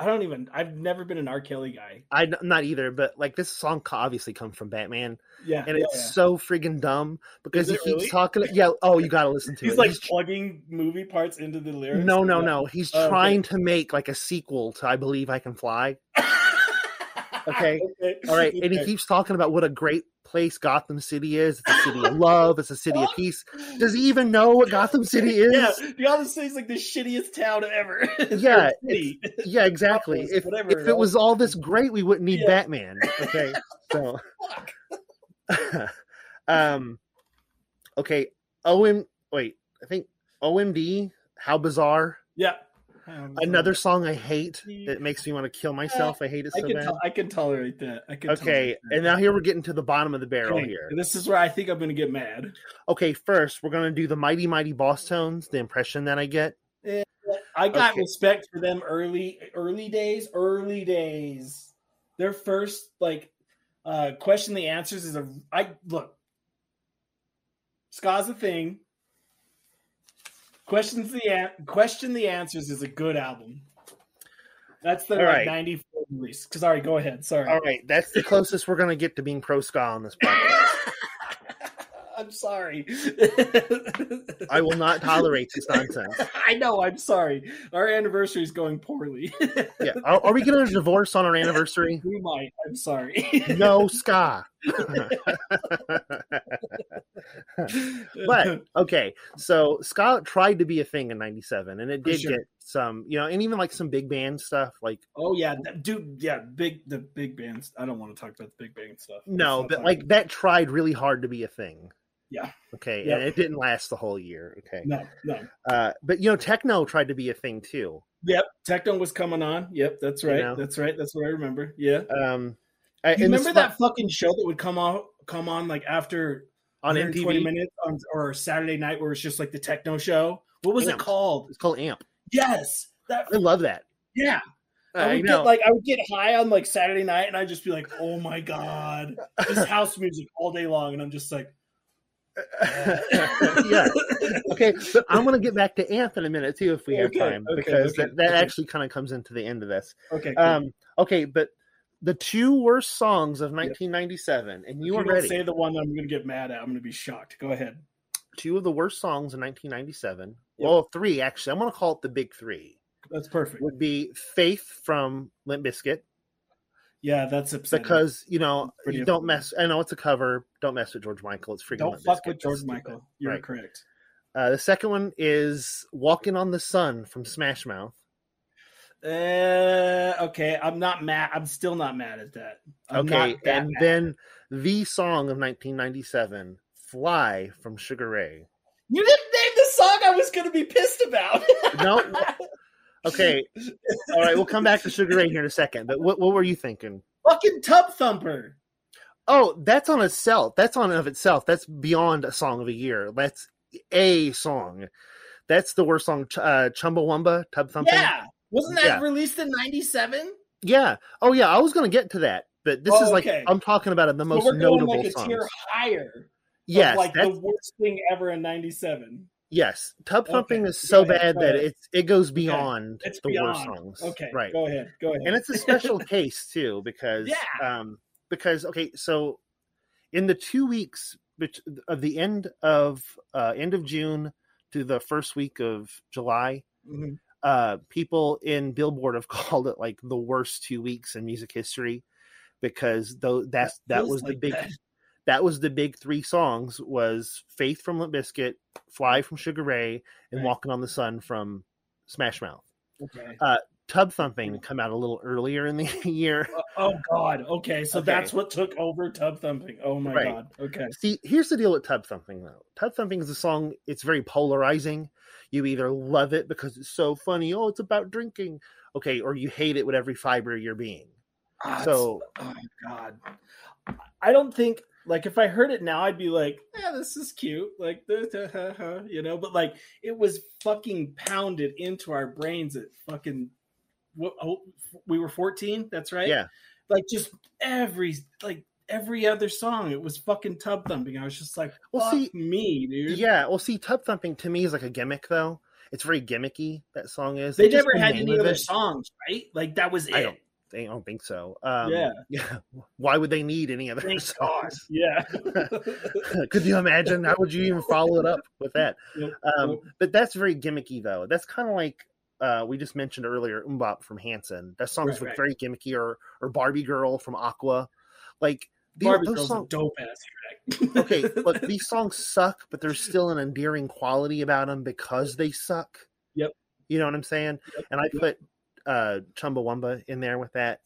B: I don't even I've never been an R. Kelly guy.
A: I am not either, but like this song co- obviously comes from Batman,
B: Yeah.
A: and
B: yeah,
A: it's
B: yeah.
A: so friggin' dumb because he
B: Is it
A: keeps
B: really?
A: talking. Yeah. Oh, you got to listen to
B: He's
A: it.
B: like plugging movie parts into the lyrics.
A: no, no, no. He's
B: Oh, okay.
A: trying to make like a sequel to I Believe I Can Fly. Okay. All right, and he
B: Okay.
A: keeps talking about what a great place Gotham City is. It's a city of love. It's a city of peace. Does he even know what Gotham City is?
B: Yeah, the other city's like the shittiest town ever.
A: Yeah,
B: Or city.
A: Yeah, exactly.
B: Metropolis,
A: If,
B: whatever
A: if
B: it
A: it was all this great, we wouldn't need
B: Yeah.
A: Batman. Okay, so, um, okay, Om. Wait, I think OMD. How bizarre!
B: yeah.
A: Another song I hate that makes me want to kill myself. I hate it
B: eh, I
A: so
B: can,
A: bad.
B: to- I can tolerate that. I can
A: okay,
B: tolerate that.
A: and now here we're getting to the bottom of the barrel
B: Okay,
A: here.
B: This is where I think I'm gonna get mad.
A: Okay, first we're gonna do the mighty mighty boss tones. The impression that I get.
B: I got
A: Okay.
B: respect for them early, early days, early days. Their first like uh question the answers is a I look. Ska's a thing. Questions the an- question the answers is a good album. That's the
A: All
B: like,
A: right.
B: 94 release. Cause all right, go ahead. Sorry.
A: All right, that's the closest we're gonna get to being pro ska on this podcast.
B: I'm sorry.
A: I will not tolerate this nonsense.
B: I know. I'm sorry. Our anniversary is going poorly.
A: Yeah, are, are we gonna divorce on our anniversary?
B: we might. I'm sorry.
A: No ska. But- okay, so ska tried to be a thing in '97, and it
B: For
A: did
B: sure.
A: get some, you know, and even like some big band stuff, like.
B: oh yeah, that- dude. Yeah, big the big bands. I don't want to talk about the big band stuff.
A: No,
B: Let's not
A: but
B: talk
A: like
B: about-
A: that tried really hard to be a thing.
B: Yeah.
A: Okay.
B: Yeah.
A: And it didn't last the whole year. Okay.
B: no, no.
A: Uh, but you know, techno tried to be a thing too.
B: Yep, Techno was coming on. Yep, that's
A: You
B: right.
A: know?
B: That's right. That's what I remember. Yeah.
A: Um, I-
B: You
A: and this
B: remember that fucking show that would come on come on like after
A: on
B: 120
A: MTV?
B: minutes on, or Saturday night where it's just like the techno show? What was it
A: Amped.
B: called?
A: It's called Amp.
B: Yes, that
A: I love that.
B: yeah. I
A: I
B: would
A: know.
B: get like I would get high on like Saturday night, and I'd just be like, "Oh my god, this house music all day long," and I'm just like,
A: yeah. Okay. But I'm going to get back to Amp in a minute too, if we have
B: Okay,
A: time,
B: okay,
A: because
B: okay,
A: that, that
B: okay.
A: actually kind of comes into the end of this.
B: "Okay, cool.
A: Um, okay. But the two worst songs of 1997, and you
B: if
A: are
B: you don't
A: ready.
B: say the one that I'm gonna get mad at. I'm gonna be shocked. Go ahead.
A: two of the worst songs in 1997.
B: Yep.
A: Well, three actually. I'm going to call it the big three.
B: That's perfect.
A: Would be Faith from Limp Bizkit
B: Yeah, that's upsetting.
A: because you know
B: Pretty
A: you don't
B: upsetting.
A: mess. I know it's a cover. Don't mess with George Michael. It's freaking.
B: don't
A: Limp
B: fuck
A: Bizkit.
B: with
A: That's
B: George
A: stupid.
B: Michael. You're
A: Right.
B: correct.
A: Uh, the second one is Walking on the Sun from Smash Mouth.
B: Uh, okay, I'm not mad. I'm still not mad at that. I'm
A: Okay,
B: not that
A: and
B: mad.
A: then the song of 1997, Fly from Sugar Ray.
B: you didn't name the song I was gonna be pissed about.
A: No. okay. All right, we'll come back to Sugar Ray here in a second. But what what were you thinking?
B: fucking Tub Thumper.
A: Oh, that's on itself. That's on of itself. That's beyond a song of a year. That's a song. That's the worst song. Ch- Uh, Chumbawamba, Tub Thumping.
B: Yeah, wasn't that
A: Yeah.
B: released in '97?
A: Yeah. Oh, yeah. I was gonna get to that, but this
B: Oh,
A: is like
B: okay.
A: I'm talking about the most
B: so we're going
A: notable
B: like a
A: songs.
B: tier higher.
A: yes,
B: of like
A: that's,
B: the worst thing ever in '97.
A: yes. Tub
B: Okay,
A: Thumping is
B: go
A: so bad
B: ahead, go
A: that
B: ahead.
A: it's it goes beyond
B: It's
A: the worst
B: beyond.
A: songs.
B: Okay,
A: Right.
B: Go ahead. Go ahead.
A: and it's a special case too because
B: Yeah.
A: um because okay so in the two weeks bet- of the end of uh end of june to the first week of july
B: Mhm.
A: uh people in billboard have called it like the worst two weeks in music history because though that's that
B: feels
A: was the
B: like
A: big
B: that.
A: that. was the big three songs was faith from limp bizkit fly from sugar ray and
B: Right.
A: walking on the sun from smash mouth
B: Okay.
A: tub
B: Mm-hmm.
A: thumping come out a little earlier in the year
B: Uh, oh God. Okay. So
A: Okay.
B: that's what took over tub thumping. Oh my
A: Right.
B: God. Okay.
A: See, here's the deal with Tub Thumping, though. Tub Thumping is a song, it's very polarizing. You either love it because it's so funny, oh, it's about drinking, okay, or you hate it with every fiber of your being.
B: Ah,
A: So,
B: it's- oh my God. I don't think like if I heard it now, I'd be like, yeah, this is cute. Like, you know. But like, it was fucking pounded into our brains at fucking. What, oh, we were 14 that's right
A: yeah,
B: like just every like every other song it was fucking tub thumping i was just like
A: Well,
B: fuck
A: see-
B: me dude
A: yeah. Well, see, Tub Thumping to me is like a gimmick, though. It's very gimmicky. That song is.
B: they
A: It's just
B: never
A: the
B: had
A: name
B: any
A: of
B: other
A: it.
B: songs right like that was it
A: I don't- They don't think so. Um,
B: Yeah.
A: yeah. Why would they need any other
B: Thank God.
A: songs?
B: yeah
A: Could you imagine? How would you even follow it up with that?
B: Nope,
A: Um,
B: nope.
A: but that's very gimmicky, though. That's kind of like uh, we just mentioned earlier, Umbop from Hanson. That song's
B: Right,
A: like very gimmicky, or or Barbie Girl from Aqua. Like these,
B: barbie
A: those
B: girl's a
A: songs.
B: dope ass track
A: Okay, look, these songs suck, but there's still an endearing quality about them because they suck.
B: Yep.
A: You know what I'm saying?
B: Yep,
A: And I
B: yep.
A: put uh, Chumbawamba in there with that.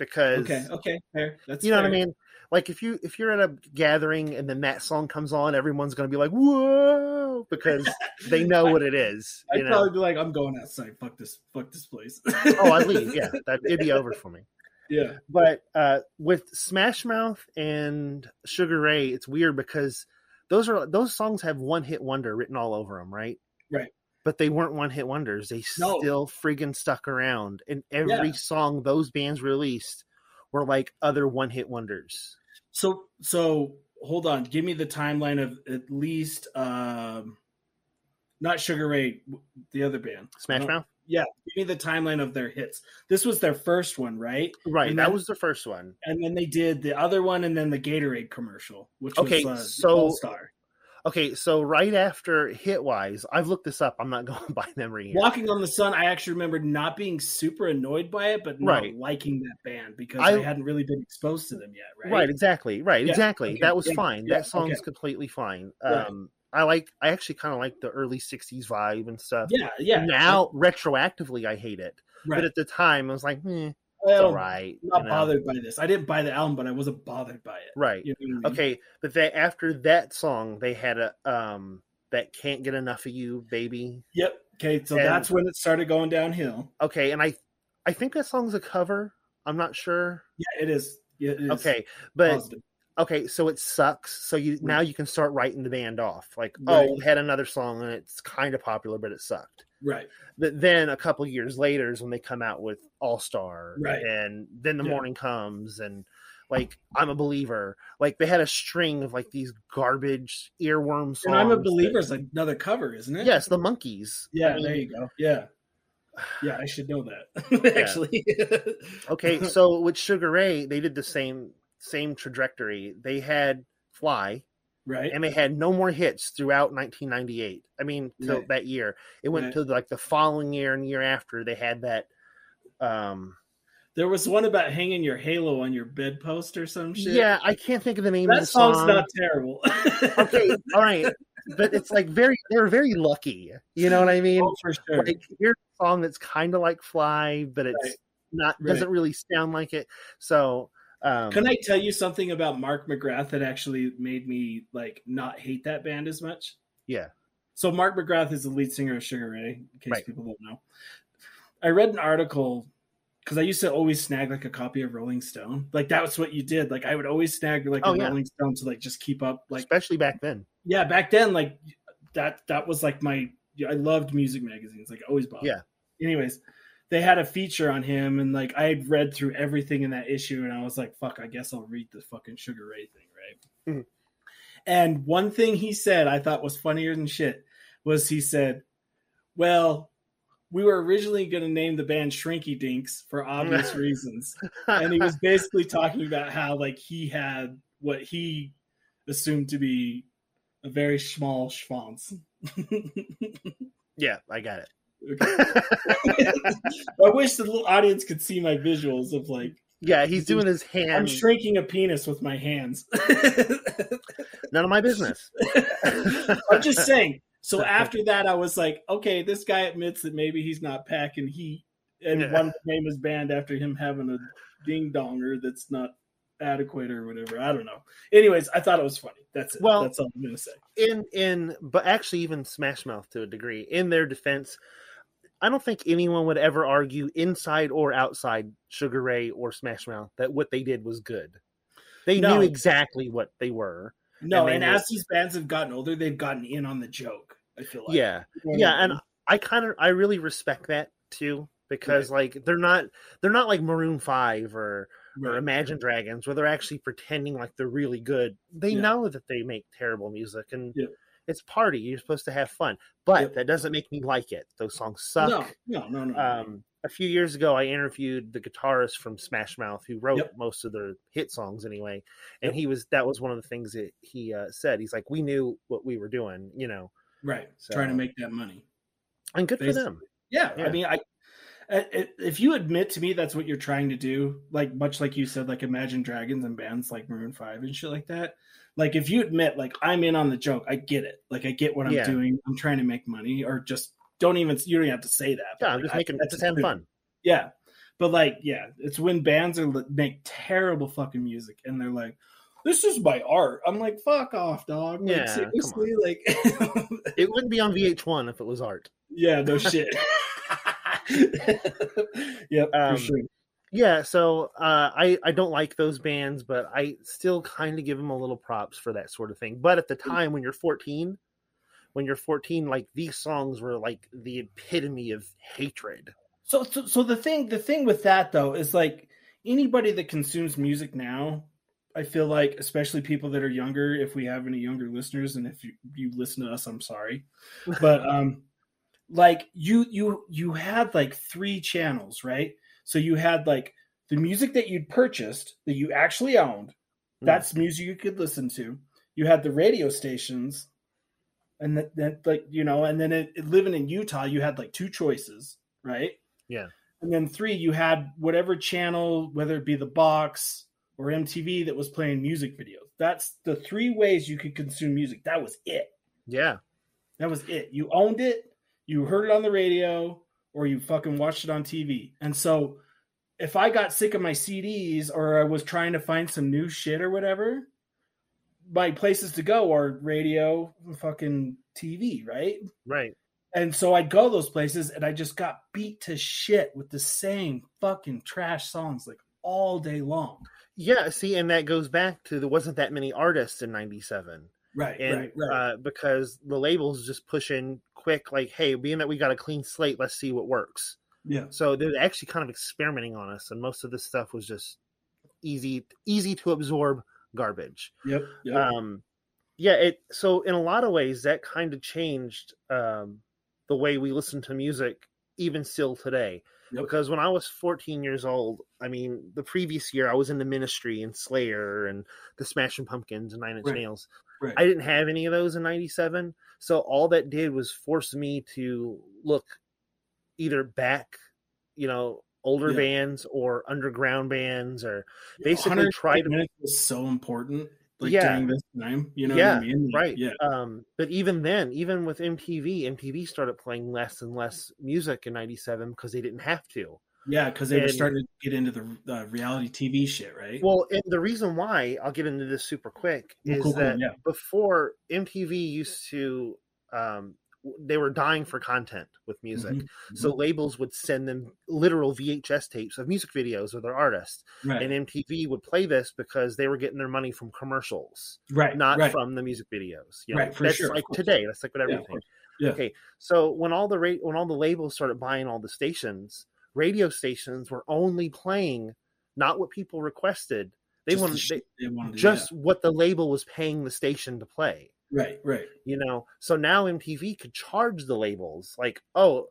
A: because
B: Okay. Okay. Fair. That's
A: you know what I
B: fair.
A: mean. Like if you if you're at a gathering and then that song comes on, everyone's gonna be like, "Whoa!" because they know what it is.
B: I'd
A: You know?
B: probably be like, I'm going outside. Fuck this. Fuck this place.
A: oh, I leave. Yeah, that it'd be over for me.
B: Yeah.
A: But uh, with Smash Mouth and Sugar Ray, it's weird because those are those songs have one hit wonder written all over them, right?
B: Right.
A: But they weren't one hit wonders. They
B: No.
A: still friggin' stuck around, and every
B: Yeah.
A: song those bands released were like other one hit wonders.
B: So so hold on. Give me the timeline of at least um not Sugar Ray, the other band.
A: Smash
B: No.
A: Mouth,
B: Give me the timeline of their hits. This was their first one, right?
A: right?
B: And
A: that
B: then-
A: was the first one.
B: And then they did the other one, and then the Gatorade commercial, which
A: Okay,
B: was uh,
A: so-
B: All Star
A: Okay, so right after Hitwise, I've looked this up. I'm not going by memory here.
B: Walking on the Sun. I actually remember not being super annoyed by it, but not
A: Right.
B: liking that band because
A: I-
B: I, hadn't really been exposed to them yet,
A: Right,
B: right?
A: exactly. Right,
B: Yeah,
A: exactly.
B: okay,
A: That was
B: yeah,
A: fine.
B: yeah,
A: that song's
B: okay.
A: completely fine.
B: Right.
A: Um I like I actually kind of like the early 60s vibe and stuff.
B: Yeah, yeah.
A: Now retroactively I hate it.
B: right.
A: But at the time I was like, eh, it's
B: Well,
A: all right.
B: I'm not
A: you know?
B: bothered by this. I didn't buy the album, but I wasn't bothered by it.
A: Right.
B: You know what I mean?
A: Okay, but then after that song they had a um that can't get enough of you baby.
B: Yep. Okay. So
A: And-
B: that's when it started going downhill.
A: Okay, and I I think that song's a cover. I'm not sure.
B: Yeah, it is. Yeah, it is
A: Okay, but
B: positive.
A: okay, so it sucks. So you now you can start writing the band off. Like,
B: Right.
A: oh, we had another song and it's kind of popular, but it sucked.
B: right.
A: But then a couple years later is when they come out with All Star,
B: Right.
A: and then the
B: Yeah.
A: morning comes and like I'm a believer. Like they had a string of like these garbage earworm songs.
B: And I'm a
A: that-
B: believer is another cover, isn't it?
A: yes, the monkeys.
B: Yeah,
A: I
B: there
A: mean,
B: you go. Yeah. Yeah, I should know that. Actually.
A: okay, so with Sugar Ray, they did the same same trajectory. They had Fly,
B: right.
A: and they had no more hits throughout 1998. I mean, till
B: Right.
A: that year. It went
B: Right.
A: to like the following year and year after they had that. Um,
B: There was one about hanging your halo on your bedpost or some Oh, shit.
A: yeah, I can't think of the name of
B: That
A: the song.
B: song's not terrible.
A: okay, all right, but it's like very they're very lucky. You know what I mean?
B: Oh, for sure.
A: Like here's a song that's kind of like Fly, but it's
B: Right.
A: not
B: Right.
A: doesn't really sound like it. So. Um,
B: Can I tell you something about Mark McGrath that actually made me like not hate that band as much?
A: Yeah.
B: So Mark McGrath is the lead singer of Sugar Ray, in case
A: Right.
B: people don't know. I read an article because I used to always snag like a copy of Rolling Stone. Like that was what you did. Like I would always snag like
A: Oh,
B: a
A: yeah.
B: Rolling Stone to like just keep up. Like
A: especially back then.
B: yeah, back then like that that was like my I loved music magazines. Like I always bought.
A: Yeah.
B: Anyways, they had a feature on him, and like I had read through everything in that issue, and I was like, "Fuck, I guess I'll read the fucking Sugar Ray thing, right?"
A: Mhm.
B: And one thing he said I thought was funnier than shit was he said, "Well." We were originally going to name the band Shrinky Dinks for obvious reasons, and he was basically talking about how like he had what he assumed to be a very small schwanz.
A: yeah, I got
B: Okay.
A: it.
B: I wish the little audience could see my visuals of like
A: yeah, he's doing his hand.
B: I'm shrinking a penis with my hands.
A: None of my business.
B: I'm just saying. So after that, I was like, okay, this guy admits that maybe he's not packing heat, and
A: Yeah.
B: one name his band after him having a ding donger that's not adequate or whatever. I don't know. Anyways, I thought it was funny. That's it.
A: Well-
B: that's all I'm gonna say.
A: in in but actually even smash mouth to a degree in their defense i don't think anyone would ever argue inside or outside sugar ray or smash mouth that what they did was good they
B: No.
A: knew exactly what they were And
B: No,
A: they
B: and,
A: will-
B: as these bands have gotten older, they've gotten in on the joke. I feel like
A: yeah yeah and i kind of i really respect that too because like they're not they're not like maroon 5 or or
B: Right.
A: imagine dragons where they're actually pretending like they're really good they
B: Yeah.
A: know that they make terrible music and
B: Yeah.
A: it's party you're supposed to have fun but
B: Yep.
A: that doesn't make me like it those songs suck
B: no, no, no, no.
A: um, a few years ago, I interviewed the guitarist from Smash Mouth, who wrote
B: Yep.
A: most of their hit songs anyway. And
B: Yep.
A: he was that was one of the things that he uh, said. He's like, "We knew what we were doing, you know."
B: right,
A: so-
B: trying to make that money.
A: And good for
B: Basically.
A: them.
B: Yeah,
A: Yeah.
B: I mean, I I- I- if you admit to me that's what you're trying to do, like much like you said, like Imagine Dragons and bands like Maroon Five and shit like that. Like if you admit, like I'm in on the joke, I get it. Like I get what I'm
A: Yeah.
B: doing. I'm trying to make money, or just don't even you don't even have to say that. but,
A: Yeah, I'm
B: like,
A: just
B: I-
A: making
B: that's
A: just having
B: true.
A: fun.
B: Yeah. But like, yeah, it's when bands are make terrible fucking music and they're like, "This is my art." I'm like, "Fuck off, dog!" Like,
A: Yeah, come
B: seriously, like,
A: It wouldn't be on VH1 if it was art.
B: yeah, no shit. yep,
A: Um,
B: for sure.
A: Yeah, so uh, I I don't like those bands, but I still kind of give them a little props for that sort of thing. But at the time, when you're 14, when you're 14, like these songs were like the epitome of hatred.
B: So, so, so the thing, the thing with that though is like anybody that consumes music now, I feel like, especially people that are younger, if we have any younger listeners, and if you, you listen to us, I'm sorry, but um, like you, you, you had like three channels, right? So you had like the music that you'd purchased that you actually owned.
A: Mm.
B: That's music you could listen to. You had the radio stations, and that, that like you know, and then it, it- living in Utah, you had like two choices, right?
A: Yeah.
B: And then three, you had whatever channel, whether it be the box or MTV, that was playing music videos. That's the three ways you could consume music. That was it.
A: Yeah,
B: That was it. You owned it, you heard it on the radio, or you fucking watched it on TV. And so if I got sick of my CDs or I was trying to find some new shit or whatever, my places to go are radio, fucking TV, right?
A: right.
B: And so I'd go those places and I just got beat to shit with the same fucking trash songs like all day long.
A: Yeah, see, and that goes back to there wasn't that many artists in '97.
B: Right,
A: and Uh, because the labels just push in quick like hey being that we got a clean slate let's see what works
B: yeah.
A: so they're actually kind of experimenting on us and most of this stuff was just easy easy to absorb garbage
B: Yep. yep.
A: um yeah it so in a lot of ways that kind of changed um the way we listen to music even still today
B: Yep.
A: because when i was 14 years old i mean the previous year i was in the ministry and slayer and the smashing pumpkins and nine inch
B: Right.
A: nails
B: Right.
A: i didn't have any of those in 97 so all that did was force me to look either back you know older
B: Yeah.
A: bands or underground bands or
B: Yeah,
A: basically
B: 108
A: try to-
B: minutes was so important. Like
A: Yeah.
B: during this time, you know
A: Yeah,
B: what I mean? Like,
A: right
B: Yeah.
A: um but even then even with mtv mtv started playing less and less music in 97 because they didn't have to
B: Yeah, because they were
A: And-
B: starting to get into the uh, reality TV shit, right?
A: well and the reason why i'll get into this super quick
B: Well,
A: is
B: cool, cool,
A: that
B: yeah.
A: before mtv used to um w- they were dying for content with music
B: Mhm,
A: so labels would send them literal vhs tapes of music videos of their artists
B: right,
A: and mtv would play this because they were getting their money from commercials
B: right,
A: not
B: right,
A: from the music videos you know
B: Right, for
A: that's
B: sure, of
A: like
B: course.
A: today that's like with
B: of
A: everything
B: course. Yeah.
A: okay so when all the ra- when all the labels started buying all the stations radio stations were only playing not what people requested they
B: Just the
A: wanted
B: shit they
A: they,
B: wanted to-
A: just what the label was paying the station to play
B: yeah. right, right,
A: you know so now mtv could charge the labels like oh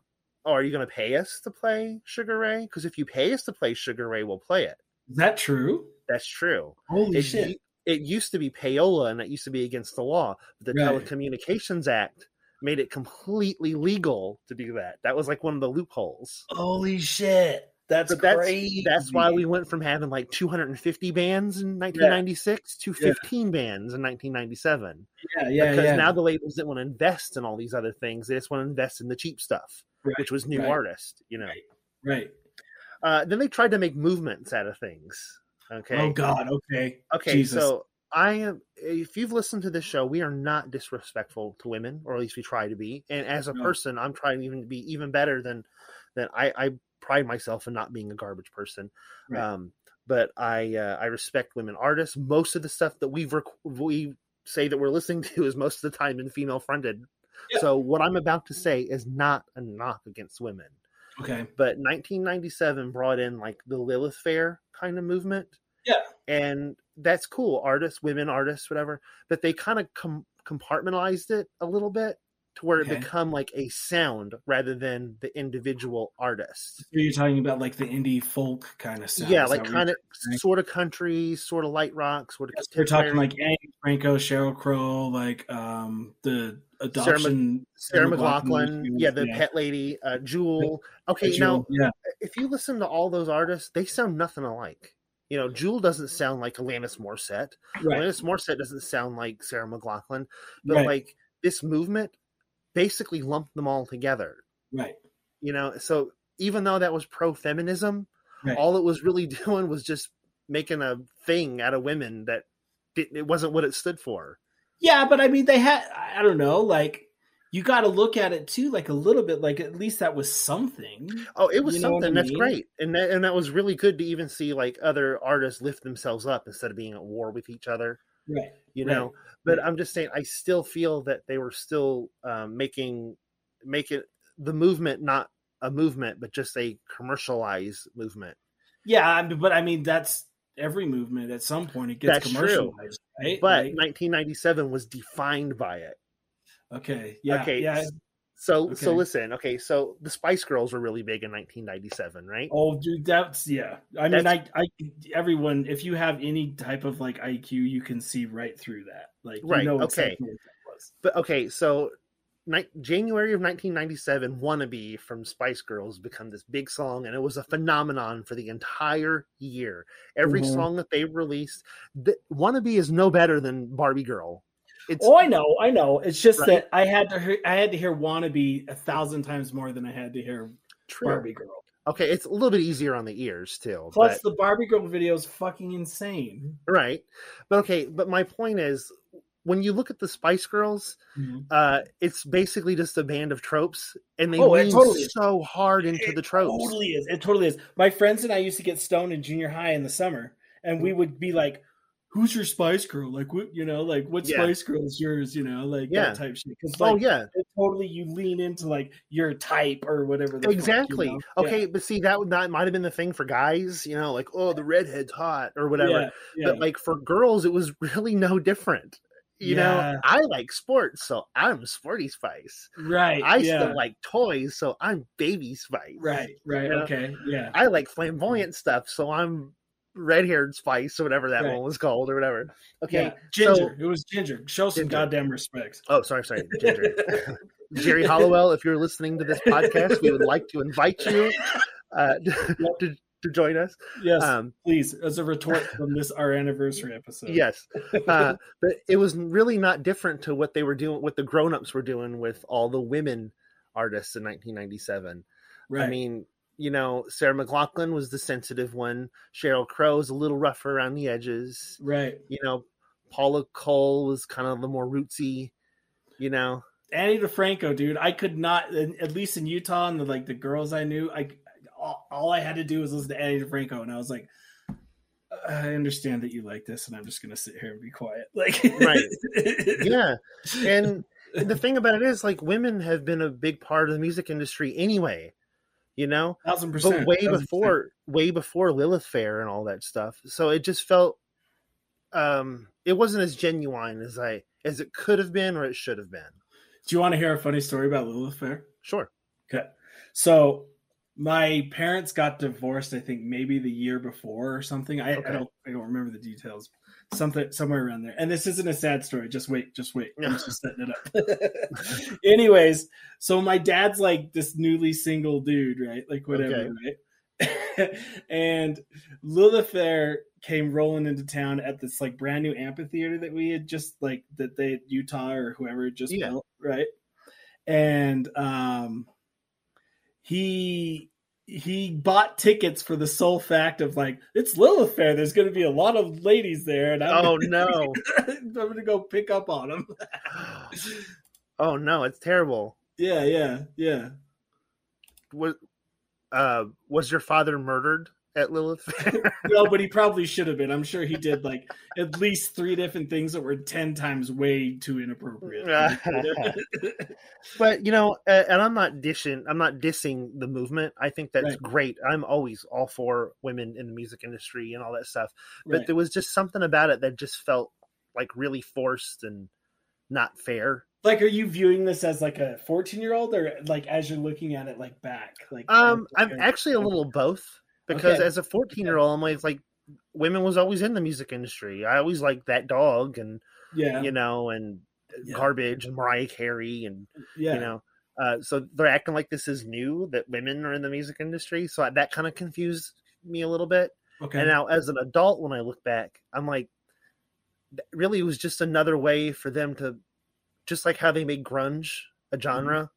A: oh, are you going to pay us to play Sugar Ray? Because if you pay us to play Sugar Ray, we'll play it.
B: is that true?
A: That's true
B: Holy
A: it,
B: shit,
A: u- it used to be payola and that used to be against the law but the
B: Right.
A: telecommunications act made it completely legal to do that that was like one of the loopholes
B: holy shit, that's,
A: But that's
B: crazy.
A: that's why we went from having like 250 bands in 1996 to
B: Yeah.
A: 15 bands in 1997
B: yeah, yeah,
A: because
B: yeah.
A: now the labels didn't want to invest in all these other things they just want to invest in the cheap stuff
B: Right,
A: which was new
B: right.
A: artists you know
B: Right. right.
A: uh, then they tried to make movements out of things okay
B: Oh God. Okay.
A: Okay,
B: Jesus.
A: so I am. If you've listened to this show, we are not disrespectful to women, or at least we try to be. And as a
B: No.
A: person, I'm trying even to be even better than than I, I pride myself in not being a garbage person.
B: Right.
A: Um, but I uh, I respect women artists. Most of the stuff that we've rec- we say that we're listening to is most of the time in female fronted.
B: Yeah.
A: So what I'm about to say is not a knock against women,
B: okay.
A: but 1997 brought in like the Lilith Fair kind of movement
B: Yeah.
A: and that's cool artists women artists whatever but they kind of com- compartmentalized it a little bit to where
B: Okay.
A: it become like a sound rather than the individual artist
B: So you're talking about like the indie folk kind of stuff.
A: yeah
B: is
A: like
B: that what
A: kind
B: you're-
A: of sort of country sort of light rock sort of
B: Yes, we're talking like Annie Franco, Cheryl Crow, like um the
A: Sarah Mc-
B: adoption.
A: sarah
B: McLachlan,
A: mclaughlin
B: she was-
A: yeah the
B: yeah.
A: pet lady uh jewel okay now
B: Jewel. yeah,
A: if you listen to all those artists they sound nothing alike you know jewel doesn't sound like alanis morissette
B: right,
A: Alanis Morissette doesn't sound like Sarah McLaughlin, but
B: right,
A: like this movement basically lumped them all together.
B: right,
A: You know, so even though that was pro feminism,
B: Right.
A: all it was really doing was just making a thing out of women that didn't, it wasn't what it stood for.
B: Yeah, but I mean, they had, I don't know, like, you got to look at it too, like a little bit, like at least that was something.
A: Oh, it was
B: You know what
A: something
B: I
A: that's
B: mean?
A: great, and that and that was really good to even see like other artists lift themselves up instead of being at war with each other.
B: Right.
A: You
B: Right.
A: know, but
B: Right.
A: I'm just saying, I still feel that they were still um, making making the movement not a movement, but just a commercialized movement.
B: Yeah, I mean, but I mean, that's every movement at some point, it gets
A: That's true.
B: commercialized, right?
A: But
B: Like,
A: 1997 was defined by it.
B: okay. Yeah.
A: okay.
B: Yeah.
A: So so
B: Okay.
A: listen, okay, so the Spice Girls were really big in 1997, right?
B: Oh, dude, that's yeah. I mean, I, I, everyone, if you have any type of like IQ, you can see right through that. Like, you
A: Right,
B: know
A: okay.
B: exactly what that was.
A: But okay, so ni- January of 1997, "Wannabe" from Spice Girls become this big song, and it was a phenomenon for the entire year. Every
B: Mhm.
A: song that they released, th- "Wannabe" is no better than "Barbie Girl." It's
B: Oh, I know, I know. It's just
A: Right?
B: that I had to, hear, I had to hear "Wannabe" a thousand times more than I had to hear
A: true.
B: "Barbie Girl."
A: Okay, it's a little bit easier on the ears too.
B: Plus, the Barbie Girl video is fucking insane.
A: but, right, but okay, but my point is, when you look at the Spice Girls, uh it's basically just a band of tropes and they
B: Oh, it
A: lean
B: totally is.
A: so hard into
B: It
A: the tropes
B: Totally is. It totally is. My friends and I used to get stoned in junior high in the summer, and
A: Mm.
B: we would be like, "Who's your Spice Girl? Like, what you know, like what
A: Yeah.
B: Spice Girl is yours? You know, like
A: Yeah.
B: that type shit." Because
A: oh
B: like,
A: yeah
B: it totally you lean into like your type or whatever. the fuck, you
A: exactly
B: know?
A: okay but see that would not might have been the thing for guys you know like oh the redhead's hot or
B: Yeah.
A: whatever
B: Yeah.
A: but like for girls it was really no different you
B: Yeah.
A: know i like sports so i'm sporty spice
B: right.
A: i
B: yeah.
A: still like toys so i'm baby spice
B: right. Mm-hmm. Right.
A: you know?
B: Okay. Yeah.
A: i like flamboyant stuff so i'm red-haired spice or whatever that
B: Right.
A: one was called or whatever okay
B: Yeah. Ginger.
A: so-
B: it was Ginger. Show some
A: Ginger.
B: goddamn respects.
A: Oh, sorry, sorry, Ginger. Jerry Hollowell, if you're listening to this podcast, we would like to invite you uh, to, to join us.
B: Yes,
A: Um,
B: please. As a retort from this our anniversary episode.
A: yes, uh, but it was really not different to what they were doing, what the grown-ups were doing with all the women artists in 1997.
B: Right.
A: I mean, you know, Sarah McLaughlin was the sensitive one. Cheryl Crow's a little rougher around the edges.
B: right.
A: You know, Paula Cole was kind of the more rootsy. You know,
B: Annie DeFranco, dude, I could not, and at least in Utah and the, like the girls I knew, I all, all I had to do was listen to Annie DeFranco, and I was like, I understand that you like this, and I'm just gonna sit here and be quiet, like,
A: Right. yeah. and the thing about it is like women have been a big part of the music industry anyway you know
B: thousand
A: but
B: percent,
A: way
B: 1000%.
A: before way before lilith fair and all that stuff so it just felt um it wasn't as genuine as i as it could have been or it should have been
B: Do you want to hear a funny story about Lilith Fair?
A: sure
B: Okay, so my parents got divorced. I think maybe the year before or something. I,
A: Okay.
B: I don't, I don't remember the details. Something somewhere around there. And this isn't a sad story. Just wait, just wait. I'm just setting it up. Anyways, so my dad's like this newly single dude, right? Like whatever, right? and Lilith Fair came rolling into town at this like brand new amphitheater that we had just like that they Utah or whoever had just
A: Yeah.
B: built, right? And um he he bought tickets for the sole fact of like it's Lilith Fair. There's going to be a lot of ladies there, and I'm,
A: oh no
B: I'm going to go pick up on them.
A: oh no it's terrible
B: yeah, yeah, yeah.
A: was uh was your father murdered at lilith fair
B: No, but he probably should have been. I'm sure he did like at least three different things that were ten times way too inappropriate.
A: but you know a- and i'm not dishing i'm not dissing the movement i think that's
B: Right.
A: great i'm always all for women in the music industry and all that stuff but
B: Right.
A: there was just something about it that just felt like really forced and not fair
B: like, are you viewing this as like a 14 year old, or like as you're looking at it like back? Like,
A: um
B: as-
A: i'm actually a little both because
B: Okay.
A: as a 14 year old i'm always like women was always in the music industry i always liked that dog and
B: yeah,
A: you know and
B: Yeah.
A: garbage and mariah carey and
B: yeah.
A: you know uh, so they're acting like this is new that women are in the music industry so that kind of confused me a little bit
B: okay,
A: and uh, now as an adult when i look back i'm like that really was just another way for them to just like how they made grunge a genre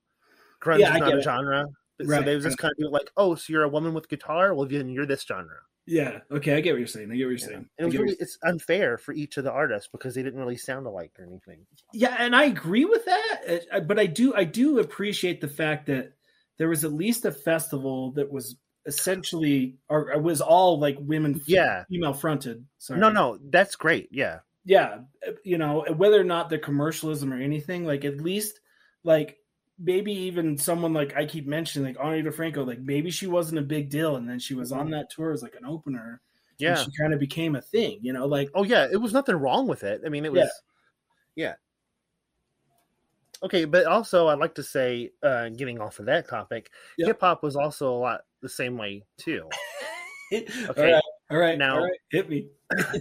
A: grunge
B: Mm-hmm. Yeah, I
A: is not
B: get
A: a
B: it.
A: genre But so
B: Right,
A: they was just kind of like, oh, so you're a woman with guitar? Well, then you're this genre.
B: Yeah. Okay, I get what you're saying. I get what you're saying.
A: And it
B: I
A: was
B: get what
A: really,
B: you're-
A: it's unfair for each of the artists because they didn't really sound alike or anything.
B: yeah, and I agree with that. uh, uh, But I do I do appreciate the fact that there was at least a festival that was essentially or or was all like women
A: Yeah.
B: female fronted. Sorry.
A: No, no, that's great. Yeah.
B: yeah uh, you know whether or not the commercialism or anything like at least like maybe even someone like i keep mentioning like Ani DeFranco like maybe she wasn't a big deal and then she was on that tour as like an opener and
A: Mm-hmm. Yeah.
B: she kind of became a thing you know like
A: Oh yeah, it was nothing wrong with it. I mean, it was
B: Yeah.
A: yeah. Okay, but also I'd like to say uh getting off of that topic,
B: Yeah.
A: hip hop was also a lot the same way too.
B: all
A: Okay.
B: right all right
A: Now-
B: all right hit me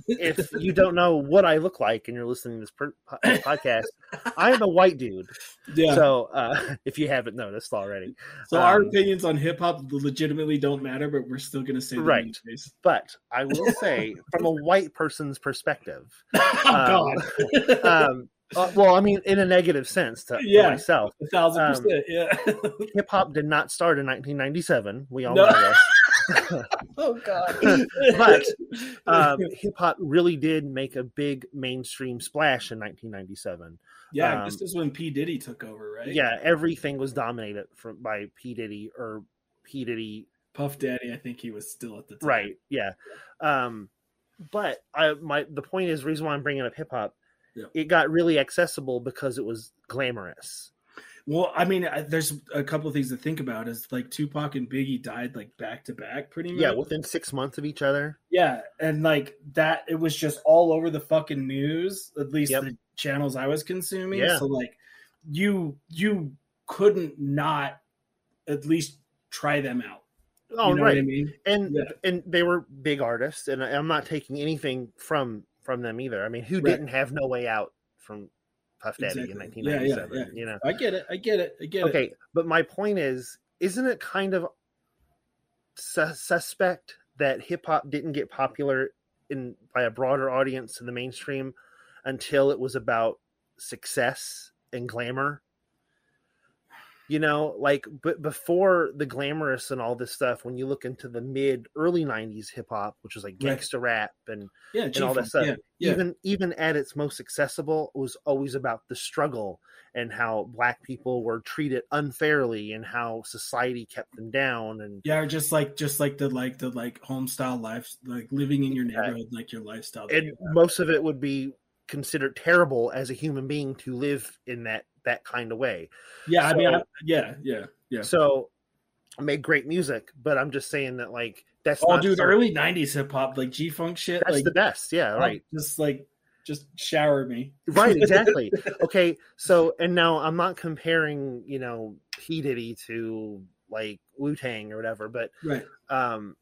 A: if you don't know what I look like and you're listening to this per- po- podcast, I am a white dude.
B: yeah so,
A: So, uh if you haven't noticed already,
B: our
A: um,
B: opinions on hip-hop legitimately don't matter but we're still gonna say them
A: Right.
B: anyways.
A: but I will say from a white person's perspective,
B: oh
A: Um,
B: god
A: um uh, well, I mean in a negative sense to, to
B: Yeah.
A: myself.
B: a thousand
A: um,
B: percent yeah
A: Hip hop did not start in 1997. We all
B: No.
A: know this.
B: oh god
A: But, um, hip hop really did make a big mainstream splash in 1997.
B: Yeah,
A: Um,
B: this is when P Diddy took over, right?
A: Yeah, everything was dominated from by P Diddy or P Diddy,
B: Puff Daddy, I think he was still at the time.
A: right? Yeah. Um, but I my the point is the reason why I'm bringing up hip hop.
B: Yeah.
A: It got really accessible because it was glamorous.
B: Well, I mean, I, there's a couple of things to think about. Is like Tupac and Biggie died like back to back, pretty much.
A: Yeah, within six months of each other.
B: yeah, and like that, it was just all over the fucking news. At least
A: Yep.
B: the channels I was consuming.
A: Yeah.
B: So like, you you couldn't not at least try them out.
A: Oh,
B: you know
A: right.
B: what I mean?
A: and
B: Yeah.
A: and they were big artists and I- i'm not taking anything from from them either i mean who
B: Right.
A: didn't have no way out from puff daddy in
B: Exactly. Yeah, yeah,
A: 1997
B: yeah.
A: you know
B: I get it. I get it. I get it.
A: okay but my point is isn't it kind of su- suspect that hip-hop didn't get popular in by a broader audience in the mainstream until it was about success and glamour you know like but before the glamorous and all this stuff when you look into the mid early 90s hip-hop which was like
B: Right.
A: gangster rap and
B: Yeah,
A: and all that stuff.
B: G-Funk, Yeah, yeah.
A: even even at its most accessible it was always about the struggle and how black people were treated unfairly and how society kept them down and
B: Yeah, or just like just like the like the like home style life, like living in your
A: Yeah.
B: neighborhood, like your lifestyle. that
A: and
B: you have.
A: most of it would be considered terrible as a human being to live in that that kind of way
B: yeah, I mean,
A: so-
B: I, yeah, yeah, yeah.
A: so i made great music but i'm just saying that like that's
B: oh,
A: not
B: dude,
A: so-
B: early '90s hip hop, like G funk shit,
A: that's
B: like
A: the best yeah
B: oh,
A: right
B: just like just shower me.
A: right exactly okay so and now i'm not comparing you know p diddy to like wu-tang or whatever but
B: Right.
A: um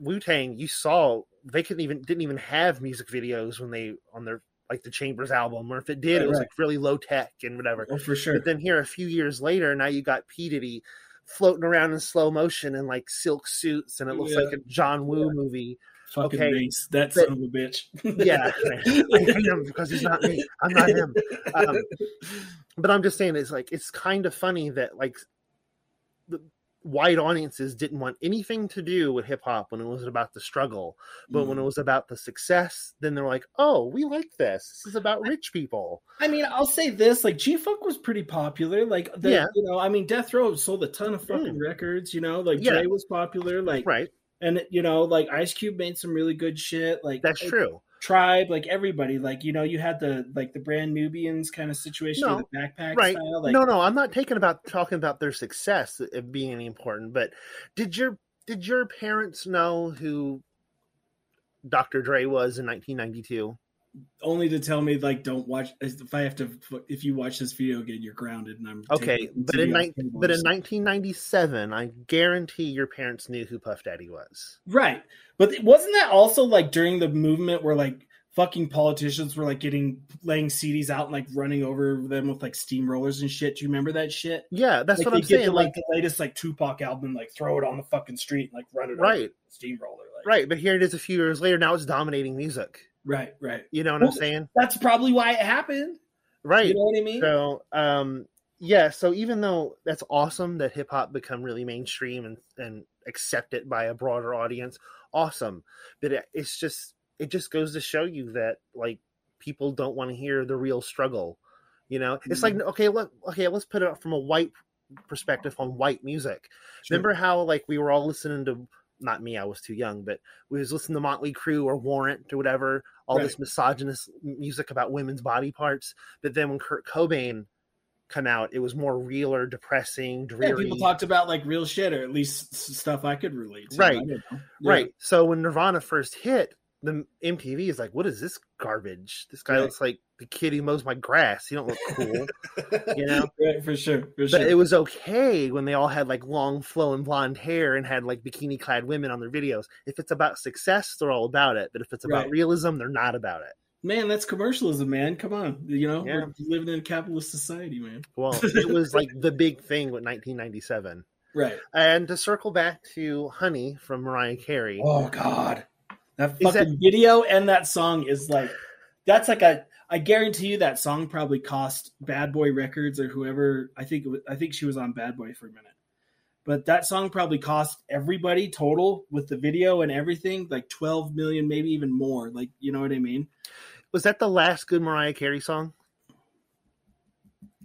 A: Wu Tang, you saw they couldn't even didn't even have music videos when they on their like the Chambers album, or if it did,
B: Right,
A: it was
B: right.
A: like really low tech and whatever.
B: Oh, for sure.
A: But then here a few years later, now you got P Diddy floating around in slow motion in like silk suits, and it looks
B: Yeah.
A: like a John Woo movie.
B: Fucking
A: okay,
B: bass, that
A: but-
B: son of a bitch.
A: Yeah, I hate him because he's not me. I'm not him. Um, but I'm just saying, it's like it's kind of funny that like the wide audiences didn't want anything to do with hip hop when it was about the struggle, but
B: Mm.
A: when it was about the success, then they're like, "Oh, we like this. This is about rich people."
B: I mean, I'll say this: like G Funk was pretty popular. Like, the,
A: Yeah. Mm.
B: you know, I mean, Death Row sold a ton of fucking records. You know, like
A: Yeah.
B: Dre was popular. Like,
A: Right?
B: and you know, like Ice Cube made some really good shit. Like,
A: That's
B: like,
A: true.
B: Tribe, like everybody, like you know, you had the like the brand Nubians kind of situation,
A: No,
B: with the backpack
A: right.
B: style. Like,
A: no, no, I'm not taking about talking about their success uh, of being any important, but did your did your parents know who Dr. Dre was in 1992?
B: only to tell me like don't watch if I have to if you watch this video again, you're grounded, and I'm
A: Okay,
B: taking
A: but
B: TV
A: in
B: off
A: nine
B: tables.
A: but in 1997, I guarantee your parents knew who Puff Daddy was.
B: right, but it- wasn't that also like during the movement where like fucking politicians were like getting laying CDs out and like running over them with like steamrollers and shit? Do you remember that shit?
A: Yeah, that's
B: Like,
A: what
B: they
A: I'm
B: get
A: saying.
B: the,
A: like,
B: like the latest like Tupac album, like throw it on the fucking street, and, like run it over
A: right,
B: with a steamroller, like
A: right. But here it is, a few years later. Now it's dominating music.
B: right, right.
A: You know what
B: Well,
A: I'm saying?
B: That's probably why it happened.
A: Right.
B: You know what I mean?
A: so, um, yeah, so even though that's awesome that hip hop become really mainstream and and accepted by a broader audience, awesome. But it, it's just it just goes to show you that like people don't want to hear the real struggle. You know, it's like okay, look, okay, let's put it up from a white perspective on white music.
B: Sure.
A: Remember how like we were all listening to not me, I was too young, but we was listening to Motley Crue or Warrant or whatever, all this
B: Right.
A: misogynist music about women's body parts. But then when Kurt Cobain come out, it was more real or depressing,
B: Yeah,
A: dreary.
B: people talked about like real shit, or at least s- stuff I could relate to.
A: Right.
B: I don't know. Yeah.
A: Right. So when Nirvana first hit, the MTV is like, "What is this garbage? This guy
B: Right.
A: looks like the kid who mows my grass. He don't look cool." you know.
B: Right, for sure. For
A: But
B: sure.
A: it was okay when they all had like long flowing blonde hair and had like bikini clad women on their videos. If it's about success, they're all about it. But if it's about
B: Right.
A: realism, they're not about it.
B: man, that's commercialism, man. Come on. You know,
A: Yeah.
B: we're living in a capitalist society, man.
A: Well, it was like the big thing with 1997.
B: Right.
A: And to circle back to Honey from Mariah Carey,
B: Oh God, that
A: Is that-
B: fucking video and that song is like, that's like a. I guarantee you that song probably cost Bad Boy Records or whoever. I think it was, I think she was on Bad Boy for a minute, but that song probably cost everybody total with the video and everything like twelve million, maybe even more. Like you know what I mean?
A: was that the last good Mariah Carey song?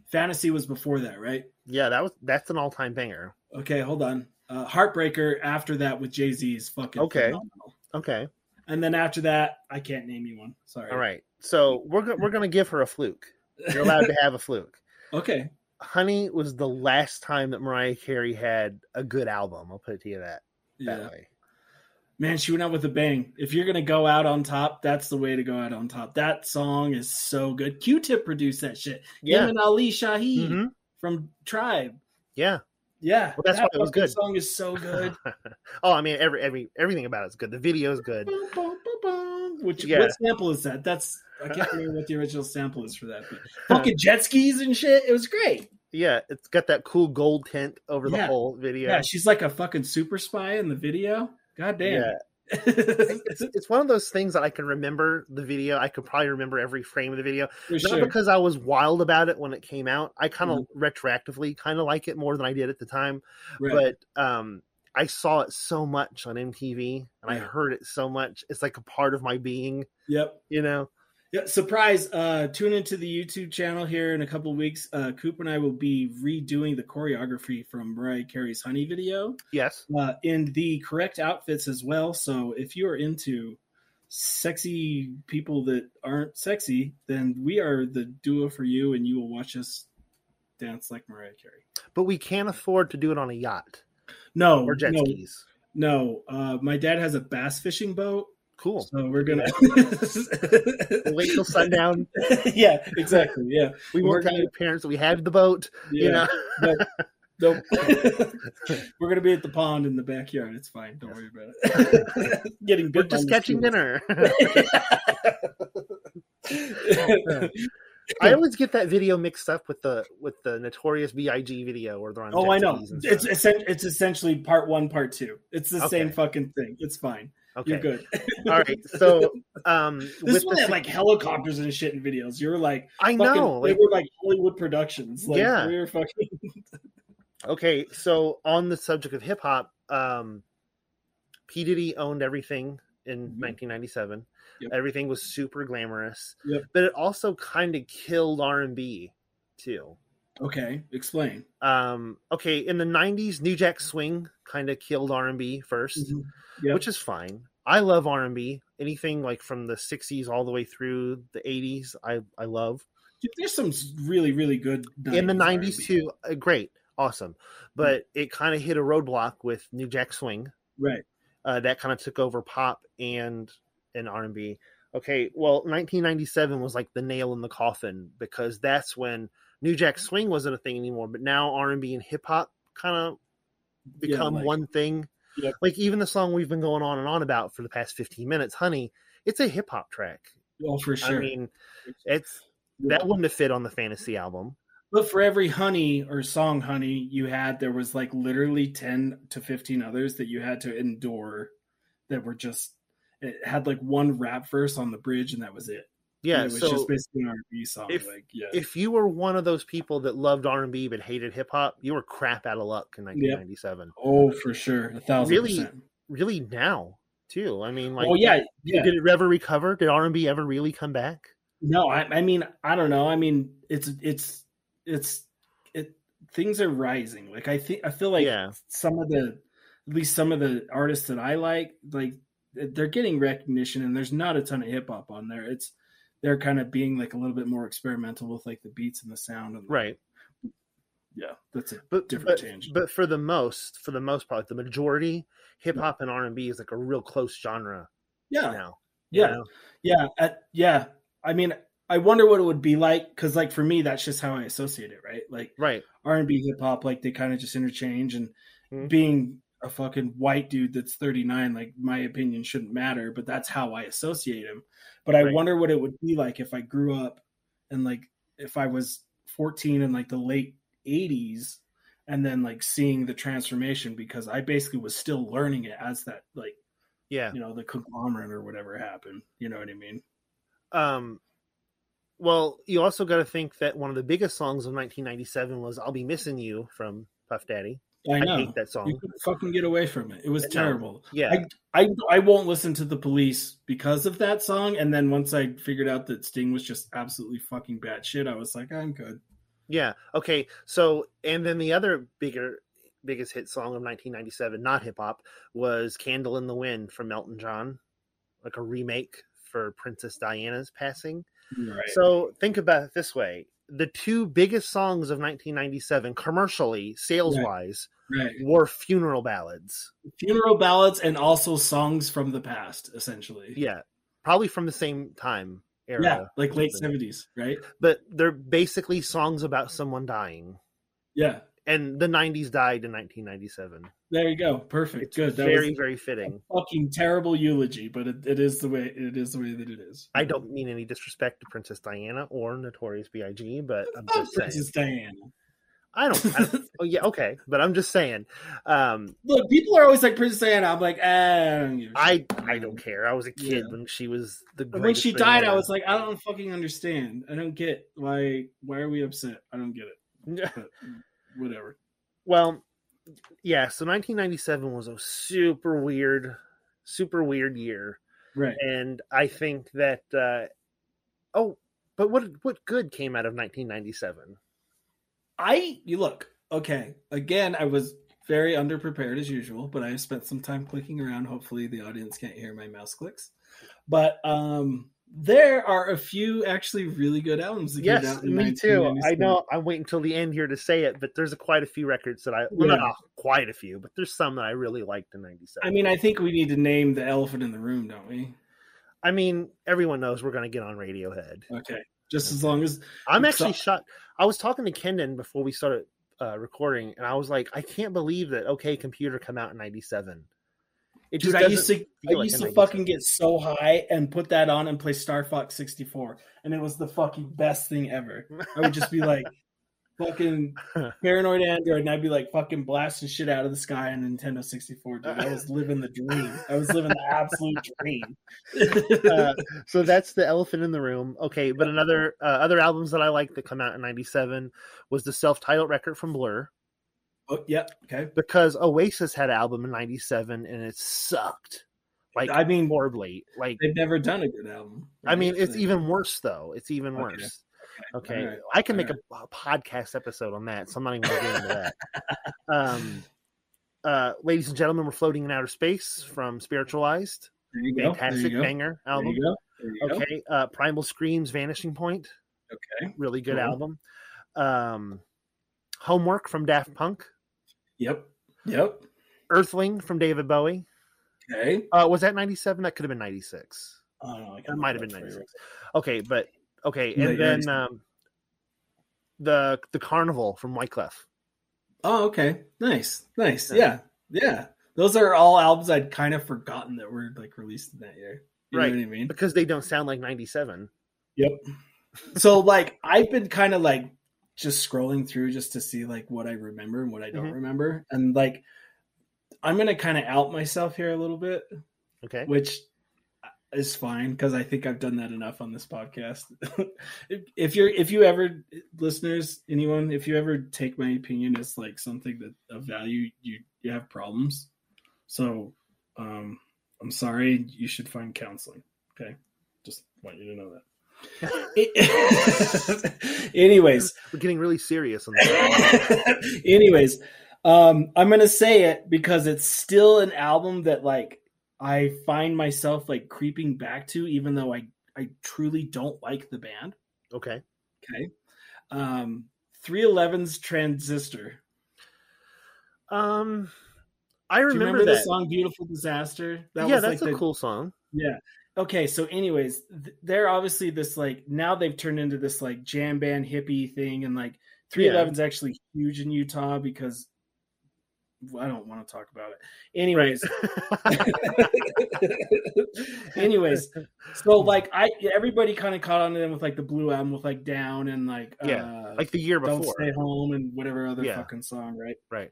B: Fantasy was before that, right?
A: Yeah, that was that's an all time banger.
B: Okay, hold on. Uh, Heartbreaker after that with Jay Z is fucking
A: Okay.
B: phenomenal.
A: Okay,
B: And then after that, I can't name you one. Sorry.
A: all right. So we're go- we're gonna give her a fluke. You're allowed to have a fluke.
B: okay.
A: Honey was the last time that Mariah Carey had a good album. I'll put it to you that that
B: Yeah.
A: way.
B: Man, she went out with a bang. If you're gonna go out on top, that's the way to go out on top. That song is so good. Q-Tip produced that shit. Him
A: Yeah.
B: and Ali Shaheed
A: Mhm.
B: from Tribe.
A: Yeah.
B: Yeah,
A: Well, that's
B: that
A: why it was
B: fucking
A: good.
B: Song is so good.
A: oh, I mean, every every everything about it's good. The video is good.
B: Which
A: Yeah.
B: what sample is that? That's I can't remember what the original sample is for that. But fucking jet skis and shit. It was great.
A: Yeah, it's got that cool gold tint over the
B: Yeah.
A: whole video.
B: Yeah, she's like a fucking super spy in the video. God damn.
A: Yeah. It's, it's one of those things that I can remember the video. I could probably remember every frame of the video.
B: for
A: Not
B: sure. Mm-hmm.
A: because I was wild about it when it came out. I kind of retroactively kind of like it more than I did at the time.
B: Right.
A: but um I saw it so much on MTV and I
B: Right.
A: heard it so much. It's like a part of my being,
B: yep.
A: you know.
B: Yeah, surprise! Uh, tune into the YouTube channel here in a couple weeks. Uh, Coop and I will be redoing the choreography from Mariah Carey's "Honey" video
A: Yes.
B: uh, in the correct outfits as well. So if you are into sexy people that aren't sexy, then we are the duo for you, and you will watch us dance like Mariah Carey.
A: But we can't afford to do it on a yacht
B: No,
A: or jet
B: no,
A: skis.
B: no. Uh, my dad has a bass fishing boat,
A: Cool.
B: so we're gonna
A: We'll wait till sundown.
B: yeah, exactly. Yeah,
A: We
B: We're
A: weren't
B: gonna-
A: kind of parents. We had the boat,
B: yeah.
A: you know.
B: Nope. We're gonna be at the pond in the backyard. It's fine. Don't worry about it. Getting
A: We're
B: bit
A: just
B: by
A: catching
B: mosquitoes.
A: dinner. I always get that video mixed up with the with the notorious B.I.G. video where they're on.
B: oh,
A: jet
B: I know.
A: skis and
B: It's
A: stuff.
B: essen- it's essentially part one, part two. It's the same
A: Okay.
B: fucking thing. It's fine.
A: okay.
B: You're good.
A: All right. So, um,
B: This is
A: with the
B: when they had
A: sig-
B: like helicopters and shit in videos. You were like,
A: I
B: fucking,
A: know,
B: they
A: like,
B: were like Hollywood productions. Like,
A: Yeah.
B: we were fucking.
A: Okay, so on the subject of hip hop, um, P Diddy owned everything in
B: Mhm.
A: 1997.
B: Yep.
A: Everything was super glamorous,
B: Yep.
A: but it also kind of killed R and B too.
B: Okay, explain.
A: Um, okay, in the 90s, New Jack Swing kind of killed R and B 1st
B: Mm-hmm, Yep.
A: which is fine. I love R and B. Anything like from the 60s all the way through the 80s, I I love.
B: Dude, there's some really really good
A: in the
B: 90s
A: 90s too uh, great awesome but it kind of hit a roadblock with new jack swing
B: Right.
A: uh, that kind of took over pop and and r&b okay well 1997 was like the nail in the coffin because that's when new jack swing wasn't a thing anymore but now r&b and hip-hop kind of
B: Yeah,
A: become
B: like-
A: one thing
B: Yep.
A: like even the song we've been going on and on about for the past 15 minutes honey it's a hip-hop track
B: Oh, for sure.
A: i mean it's that wouldn't have fit on the fantasy album
B: But for every honey or song honey you had, there was like literally 10 to 15 others that you had to endure that were just, it had like one rap verse on the bridge and that was it. And
A: yeah.
B: it was
A: so
B: just basically an R&B song.
A: if-
B: like, yeah,
A: if you were one of those people that loved R and B but hated hip hop, you were crap out of luck in 1997.
B: oh, for sure, a thousand
A: Really,
B: percent.
A: Really now too. I mean, like,
B: oh yeah, yeah.
A: did it ever recover? Did R and B ever really come back?
B: No, I, I mean, I don't know. I mean, it's it's it's it. Things are rising. Like I think I feel like
A: Yeah.
B: some of the, at least some of the artists that I like, like they're getting recognition, and there's not a ton of hip hop on there. It's they're kind of being like a little bit more experimental with like the beats and the sound and
A: Right.
B: yeah, that's it.
A: but
B: different
A: but,
B: change.
A: but for the most for the most part the majority hip hop and r&b is like a real close genre
B: Mm. Yeah,
A: now you
B: yeah,
A: know?
B: yeah, uh, yeah. I mean, I wonder what it would be like because, like, for me, that's just how I associate it, right? Like.
A: right
B: R and B, hip hop, like they kind of just interchange. And
A: Mhm.
B: being a fucking white dude that's 39, like my opinion shouldn't matter, but that's how I associate him. But I
A: Right.
B: wonder what it would be like if I grew up and like if I was 14 in like the late 80s and then like seeing the transformation because I basically was still learning it as that like
A: yeah
B: you know the conglomerate or whatever happened. You know what I mean? Mm.
A: um well you also got to think that one of the biggest songs of 1997 was i'll be missing you from puff daddy
B: I
A: i,
B: know.
A: hate that
B: You
A: song
B: couldn't fucking get away from it. It was
A: No.
B: terrible.
A: yeah
B: I I won't listen to the police because of that song. And then once I figured out that Sting was just absolutely fucking bad shit, I was like, I'm good.
A: yeah okay so and then the other bigger biggest hit song of 1997 not hip hop was candle in the wind from elton john like a remake for princess diana's passing
B: Right.
A: So think about it this way: the two biggest songs of 1997, commercially, sales-wise,
B: right.
A: were funeral ballads.
B: Funeral ballads and also songs from the past, essentially.
A: Yeah, probably from the same time era.
B: Yeah, like late
A: Something.
B: seventies, right?
A: But they're basically songs about someone dying,
B: Yeah.
A: and the 90s died in 1997.
B: There you go. Perfect.
A: It's
B: good. That
A: very,
B: was
A: very fitting.
B: a fucking terrible eulogy, but it, it is the way it is the way that it is.
A: I don't mean any disrespect to Princess Diana or Notorious B.I.G., but I'm
B: Fuck
A: just saying.
B: Princess Diana.
A: I don't. I don't oh, yeah, okay, but I'm just saying. Um,
B: Look, people are always like Princess Diana. I'm like, ah, I don't give a shit.
A: I I don't care. I was a kid
B: Yeah.
A: when she was the
B: But when
A: greatest.
B: she
A: thing
B: died, I
A: ever.
B: was like, I don't fucking understand. I don't get like why are we upset? I don't get it. But whatever.
A: well, yeah. So 1997 was a super weird, super weird year,
B: Right.
A: and I think that uh, oh, but what what good came out of 1997?
B: I you look okay. Again, I was very underprepared as usual, but I spent some time clicking around. Hopefully, the audience can't hear my mouse clicks. But um, there are a few actually really good albums. That came
A: Yes,
B: out in
A: me too. I
B: 1997.
A: know. I'm waiting until the end here to say it, but there's quite a few records that I well,
B: Yeah.
A: not a- quite a few, but there's some that I really liked in '97.
B: I mean, I think we need to name the elephant in the room, don't we?
A: I mean, everyone knows we're gonna get on Radiohead.
B: Okay. Just as long as
A: I'm
B: So-
A: actually shocked. I was talking to Kendon before we started uh, recording, and I was like, I can't believe that OK Computer come out in '97. It
B: Dude, I
A: doesn't
B: used to I
A: feel like
B: used
A: a
B: to
A: 97.
B: fucking get so high and put that on and play Star Fox 64, and it was the fucking best thing ever. I would just be like, fucking paranoid android, and I'd be like fucking blasting shit out of the sky on Nintendo 64. Dude, I was living the dream. I was living the absolute dream.
A: Uh, so that's the elephant in the room. Okay, but another uh, other albums that I like that come out in '97 was the self-titled record from Blur
B: oh, yep. Okay.
A: because Oasis had an album in '97 and it sucked like
B: I mean,
A: horribly. Like
B: they've never done a good album.
A: I mean, it's
B: Like,
A: even worse though. It's even
B: Okay.
A: worse. Okay,
B: Alright.
A: I can make a, a podcast episode on that, so I'm not even going to get into that. Um, uh, ladies and gentlemen, we're floating in outer space from Spiritualized,
B: There you go. There
A: fantastic
B: you go.
A: banger
B: There
A: album.
B: you go. There you go.
A: Okay, uh, Primal Screams, Vanishing Point,
B: Okay.
A: really good
B: Cool.
A: album. Um, Homework from Daft Punk,
B: Yep. Yep.
A: Earthling from David Bowie.
B: Okay.
A: Uh, was that '97? That could have been '96.
B: Oh, no, I can't
A: That might have
B: remember
A: been
B: that for you.
A: 96. Okay, but okay,
B: Yeah,
A: and
B: yeah,
A: then um, the the Carnival from Wyclef.
B: Oh, okay. Nice. Nice.
A: Yeah.
B: Yeah. Yeah. Those are all albums I'd kind of forgotten that were like released in that year. You
A: Right.
B: know what I mean?
A: because they don't sound like 97
B: so like I've been kind of like just scrolling through just to see like what I remember and what I don't
A: Mhm.
B: remember. And like I'm gonna kind of out myself here a little bit,
A: okay
B: which is fine because I think I've done that enough on this podcast. If- if you're, if you ever, listeners, anyone, if you ever take my opinion as like something that of value, you you have problems. So, um, I'm sorry. You should find counseling. Okay, just want you to know that. Anyways,
A: We're getting really serious on this.
B: Anyways, um, I'm gonna say it because it's still an album that like I find myself like creeping back to, even though I I truly don't like the band.
A: okay.
B: Okay, um, 311's Transistor.
A: Um, I
B: Do you
A: remember,
B: remember,
A: that.
B: the song "Beautiful Disaster"?
A: yeah, that's a
B: the-
A: cool song.
B: Yeah. Okay. So, anyways, th- they're obviously this like now they've turned into this like jam band hippie thing, and like 311's actually huge in Utah because well, I don't want to talk about it. Anyways, anyways, so
A: Hmm.
B: like I everybody kind of caught on to them with like the blue album with like down and like
A: Yeah,
B: uh,
A: like the year
B: don't
A: before.
B: stay home and whatever other
A: Yeah.
B: fucking song, right?
A: Right.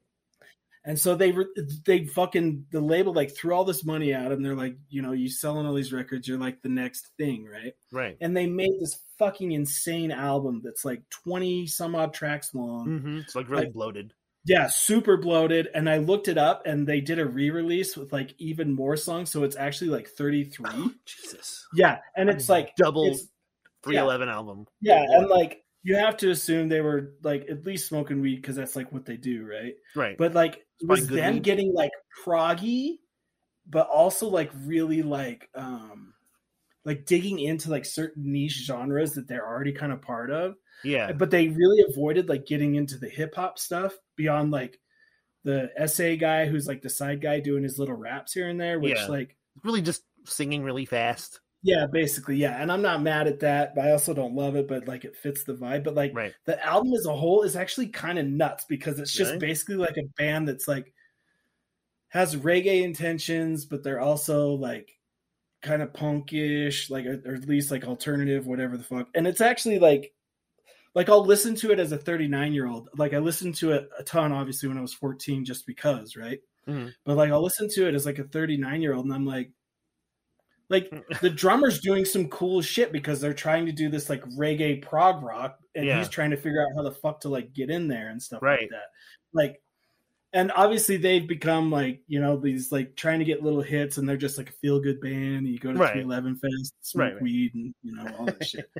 B: And so they re- they fucking the label like threw all this money at them. They're like, you know, you selling all these records, you're like the next thing, right?
A: Right.
B: And they made this fucking insane album that's like twenty some odd tracks long.
A: hmm It's like really
B: Like-
A: bloated.
B: Yeah, super bloated. And I looked it up, and they did a re-release with like even more songs, so it's actually like thirty three.
A: Jesus.
B: yeah, and it's like
A: double
B: it's
A: 311 album.
B: yeah, and like you have to assume they were like at least smoking weed because that's like what they do, right?
A: Right.
B: But like it was
A: Spike
B: them
A: Goodwin.
B: getting like proggy, but also like really like um like digging into like certain niche genres that they're already kind of part of.
A: yeah.
B: But they really avoided like getting into the hip hop stuff beyond like the SA guy who's like the side guy doing his little raps here and there, which
A: Yeah.
B: like
A: Really just singing really fast.
B: yeah, basically, yeah. And I'm not mad at that, but I also don't love it, but like it fits the vibe. But like
A: Right.
B: the album as a whole is actually kind of nuts because it's just
A: Really?
B: basically like a band that's like has reggae intentions, but they're also like kind of punkish, like or, or at least like alternative, whatever the fuck. And it's actually like like I'll listen to it as a 39 year old. Like I listened to it a ton, obviously, when I was 14, just because, right?
A: Mhm.
B: But like I'll listen to it as like a 39 year old, and I'm like, like
A: Mm.
B: the drummer's doing some cool shit because they're trying to do this like reggae prog rock and
A: Yeah.
B: he's trying to figure out how the fuck to like get in there and stuff
A: Right.
B: like that like and obviously they've become like you know these like trying to get little hits and they're just like a feel good band and you go to
A: Right.
B: 311 fest smoke
A: Right, right.
B: weed and you know all that shit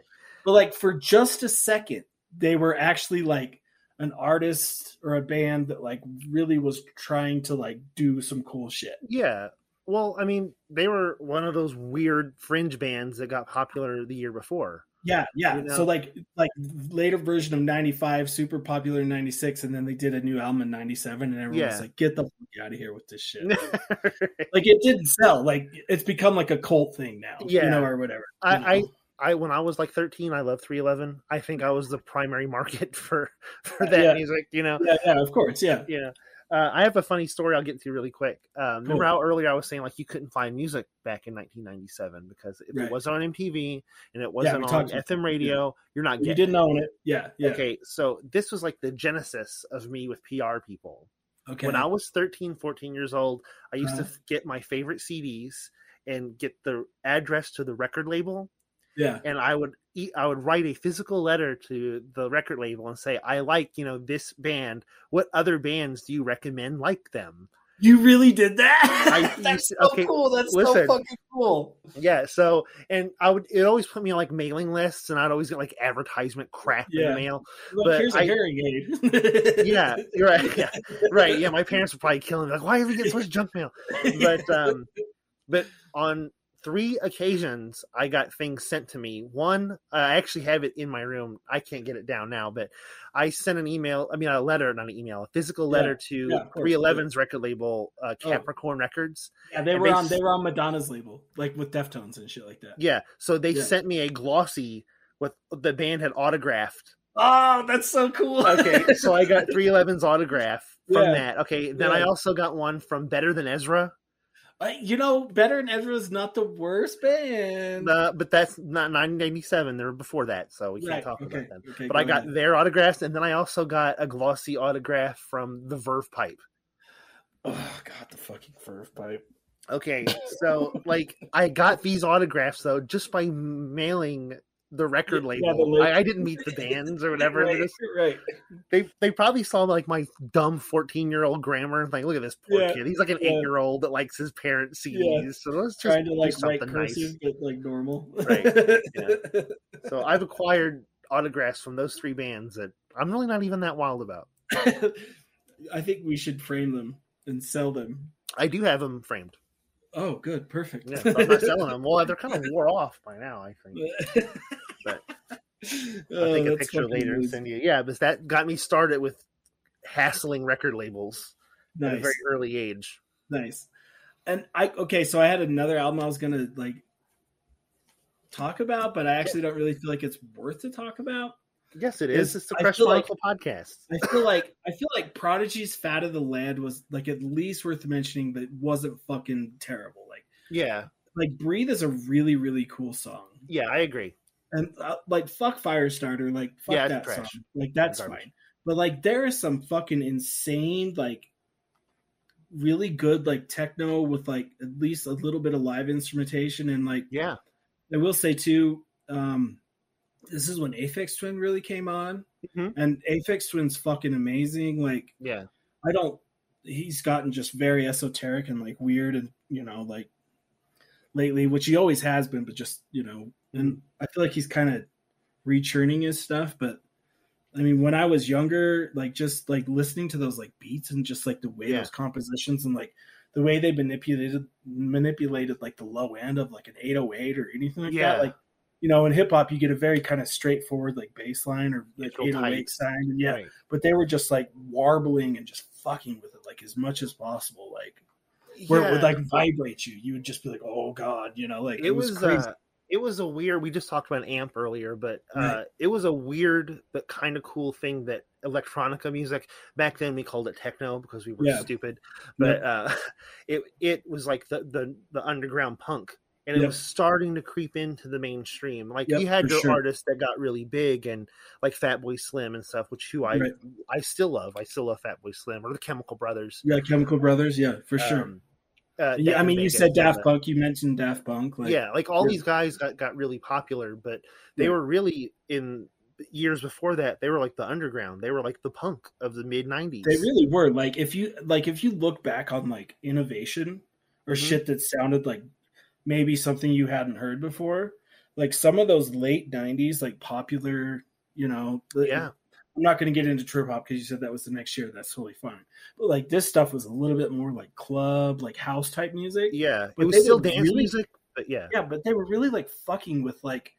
B: but like for just a second they were actually like an artist or a band that like really was trying to like do some cool shit
A: Yeah. Well, I mean, they were one of those weird fringe bands that got popular the year before.
B: Yeah, yeah.
A: You know?
B: So like like later version of '95, super popular in '96, and then they did a new album in '97, and everyone's
A: Yeah.
B: like, "Get the fuck out of here with this shit!" like it didn't sell. Like it's become like a cult thing now, you
A: Yeah.
B: know, or whatever.
A: I,
B: you
A: I, I, when I was like 13, I loved 311. I think I was the primary market for for that
B: Uh, Yeah.
A: music. You know,
B: know? yeah, yeah, of course, yeah,
A: yeah. Uh, I have a funny story I'll get to really quick. Um, remember
B: Cool.
A: how earlier I was saying like you couldn't find music back in 1997 because if
B: Right.
A: it wasn't on MTV and it wasn't on
B: talked about
A: FM radio, you're not
B: You
A: getting.
B: didn't own it, yeah, yeah. Okay,
A: Okay, so this was like the genesis of me with PR people. When I was 13, 14 years old, I used to
B: Uh-huh.
A: get my favorite CDs and get the address to the record label
B: yeah,
A: and I would eat, I would write a physical letter to the record label and say, I like, you know, this band. What other bands do you recommend like them?
B: you really did that.
A: I-
B: That's so
A: okay,
B: cool. That's so
A: listen.
B: fucking cool.
A: Yeah. So, and I would, it always put me on like mailing lists and I'd always get like advertisement crap in
B: Yeah.
A: the mail.
B: Look,
A: But
B: here's a
A: I-
B: hearing aid.
A: Yeah. you're right. Yeah. Right. Yeah. My parents would probably kill me. Like, why are we getting so much junk mail? But, um, but on three occasions, I got things sent to me. One, I actually have it in my room. I can't get it down now, but I sent an email. I mean, a letter, not an email, a physical
B: Yeah,
A: letter to
B: yeah, of course,
A: 311's record label, uh,
B: Oh.
A: Capricorn Records.
B: yeah, they
A: and
B: were
A: they
B: on
A: s-
B: they were on Madonna's label, like with Deftones and shit like that.
A: Yeah, so they
B: Yeah.
A: sent me a glossy with the band had autographed.
B: Oh, that's so cool.
A: Okay, so I got 311's autograph from
B: Yeah.
A: that. Okay, then I
B: Yeah.
A: also got one from Better Than Ezra.
B: I- Uh, you know, Better and Ezra's not the worst band.
A: Uh, but that's not 1997. They were before that, so we can't
B: Right,
A: talk about them.
B: okay,
A: but I
B: go
A: got
B: ahead.
A: their autographs, and then I also got a glossy autograph from the Verve Pipe.
B: oh god, the fucking fur pipe.
A: Okay, so like I got these autographs though just by mailing the record label.
B: Yeah, the label.
A: I, I didn't meet the bands or whatever.
B: right,
A: They just-
B: right.
A: They they probably saw like my dumb fourteen year old grammar and think, look at this poor
B: Yeah,
A: kid. He's like an
B: yeah.
A: eight year old that likes his parents' CDs.
B: Yeah.
A: So let's just
B: Trying to
A: do
B: like write
A: something nice.
B: cursive, but like normal.
A: Right, So I've acquired autographs from those three bands that I'm really not even that wild about.
B: I think we should frame them and sell them.
A: I do have them framed.
B: Oh, good, perfect.
A: Yeah, but I'm not selling them. Well, they're kind of wore off by now. I think. But
B: Uh,
A: I'll
B: Oh,
A: take a picture later and send you. Yeah, but that got me started with hassling record labels at a
B: Nice,
A: very early age.
B: nice. And I okay, so I had another album I was gonna like talk about, but I actually don't really feel like it's worth to talk about.
A: Yes, it is.
B: Yes,
A: It's the
B: I
A: Crush
B: feel like-
A: Molecule podcast.
B: I feel like I feel like Prodigy's "Fat of the Land" was like at least worth mentioning, but wasn't fucking terrible. Like
A: Yeah,
B: like "Breathe" is a really really cool song,
A: yeah, I agree.
B: and uh, like "Fuck Firestarter," like fuck
A: Yeah, it's
B: that
A: trash.
B: song, like that's
A: Garbage.
B: fine. But like there is some fucking insane like really good like techno with like at least a little bit of live instrumentation and like
A: Yeah,
B: I will say too, um, this is when Aphex Twin really came on,
A: Mhm.
B: and Aphex Twin's fucking amazing. Like
A: yeah,
B: I don't. He's gotten just very esoteric and like weird and you know like lately, which he always has been, but just you know, and I feel like he's kind of rechurning his stuff. But I mean, when I was younger, like just like listening to those like beats and just like the way
A: Yeah.
B: those compositions and like the way they manipulated manipulated like the low end of like an eight oh eight or anything like
A: Yeah.
B: that, like. You know, in hip hop, you get a very kind of straightforward like bass line or like
A: It's real
B: eight oh
A: tight.
B: eight sound, and yeah,
A: right.
B: but they were just like warbling and just fucking with it like as much as possible like where it
A: Yeah.
B: would like vibrate you you would just be like oh god you know like
A: it was,
B: crazy
A: uh, it was a weird. We just talked about amp earlier, but uh,
B: Right.
A: it was a weird but kind of cool thing that electronica music back then we called it techno because we were
B: Yeah.
A: stupid, but uh, it it was like the the, the underground punk. And it
B: Yep.
A: was starting to creep into the mainstream. Like
B: Yep,
A: you had
B: for
A: your
B: sure.
A: artists that got really big, and like Fatboy Slim and stuff, which who I
B: Right.
A: I still love. I still love Fatboy Slim or the Chemical Brothers.
B: yeah chemical brothers yeah for sure
A: Um, uh,
B: yeah i
A: Daft
B: mean you
A: Punk
B: said
A: and stuff,
B: daft
A: but-
B: punk you mentioned daft punk like
A: yeah, like all
B: yeah.
A: these guys got, got really popular, but they
B: Yeah.
A: were really in years before that, they were like the underground. They were like the punk of the mid nineties.
B: they really were like if you like if you look back on like innovation or
A: Mhm.
B: shit that sounded like maybe something you hadn't heard before like some of those late 90s like popular you know the-
A: Yeah.
B: i'm not going to get into trip hop because you said that was the next year that's totally fine but like this stuff was a little bit more like club like house type music
A: Yeah.
B: But
A: it was
B: they
A: still
B: were
A: dance
B: really-
A: music, but yeah.
B: yeah but they were really like fucking with like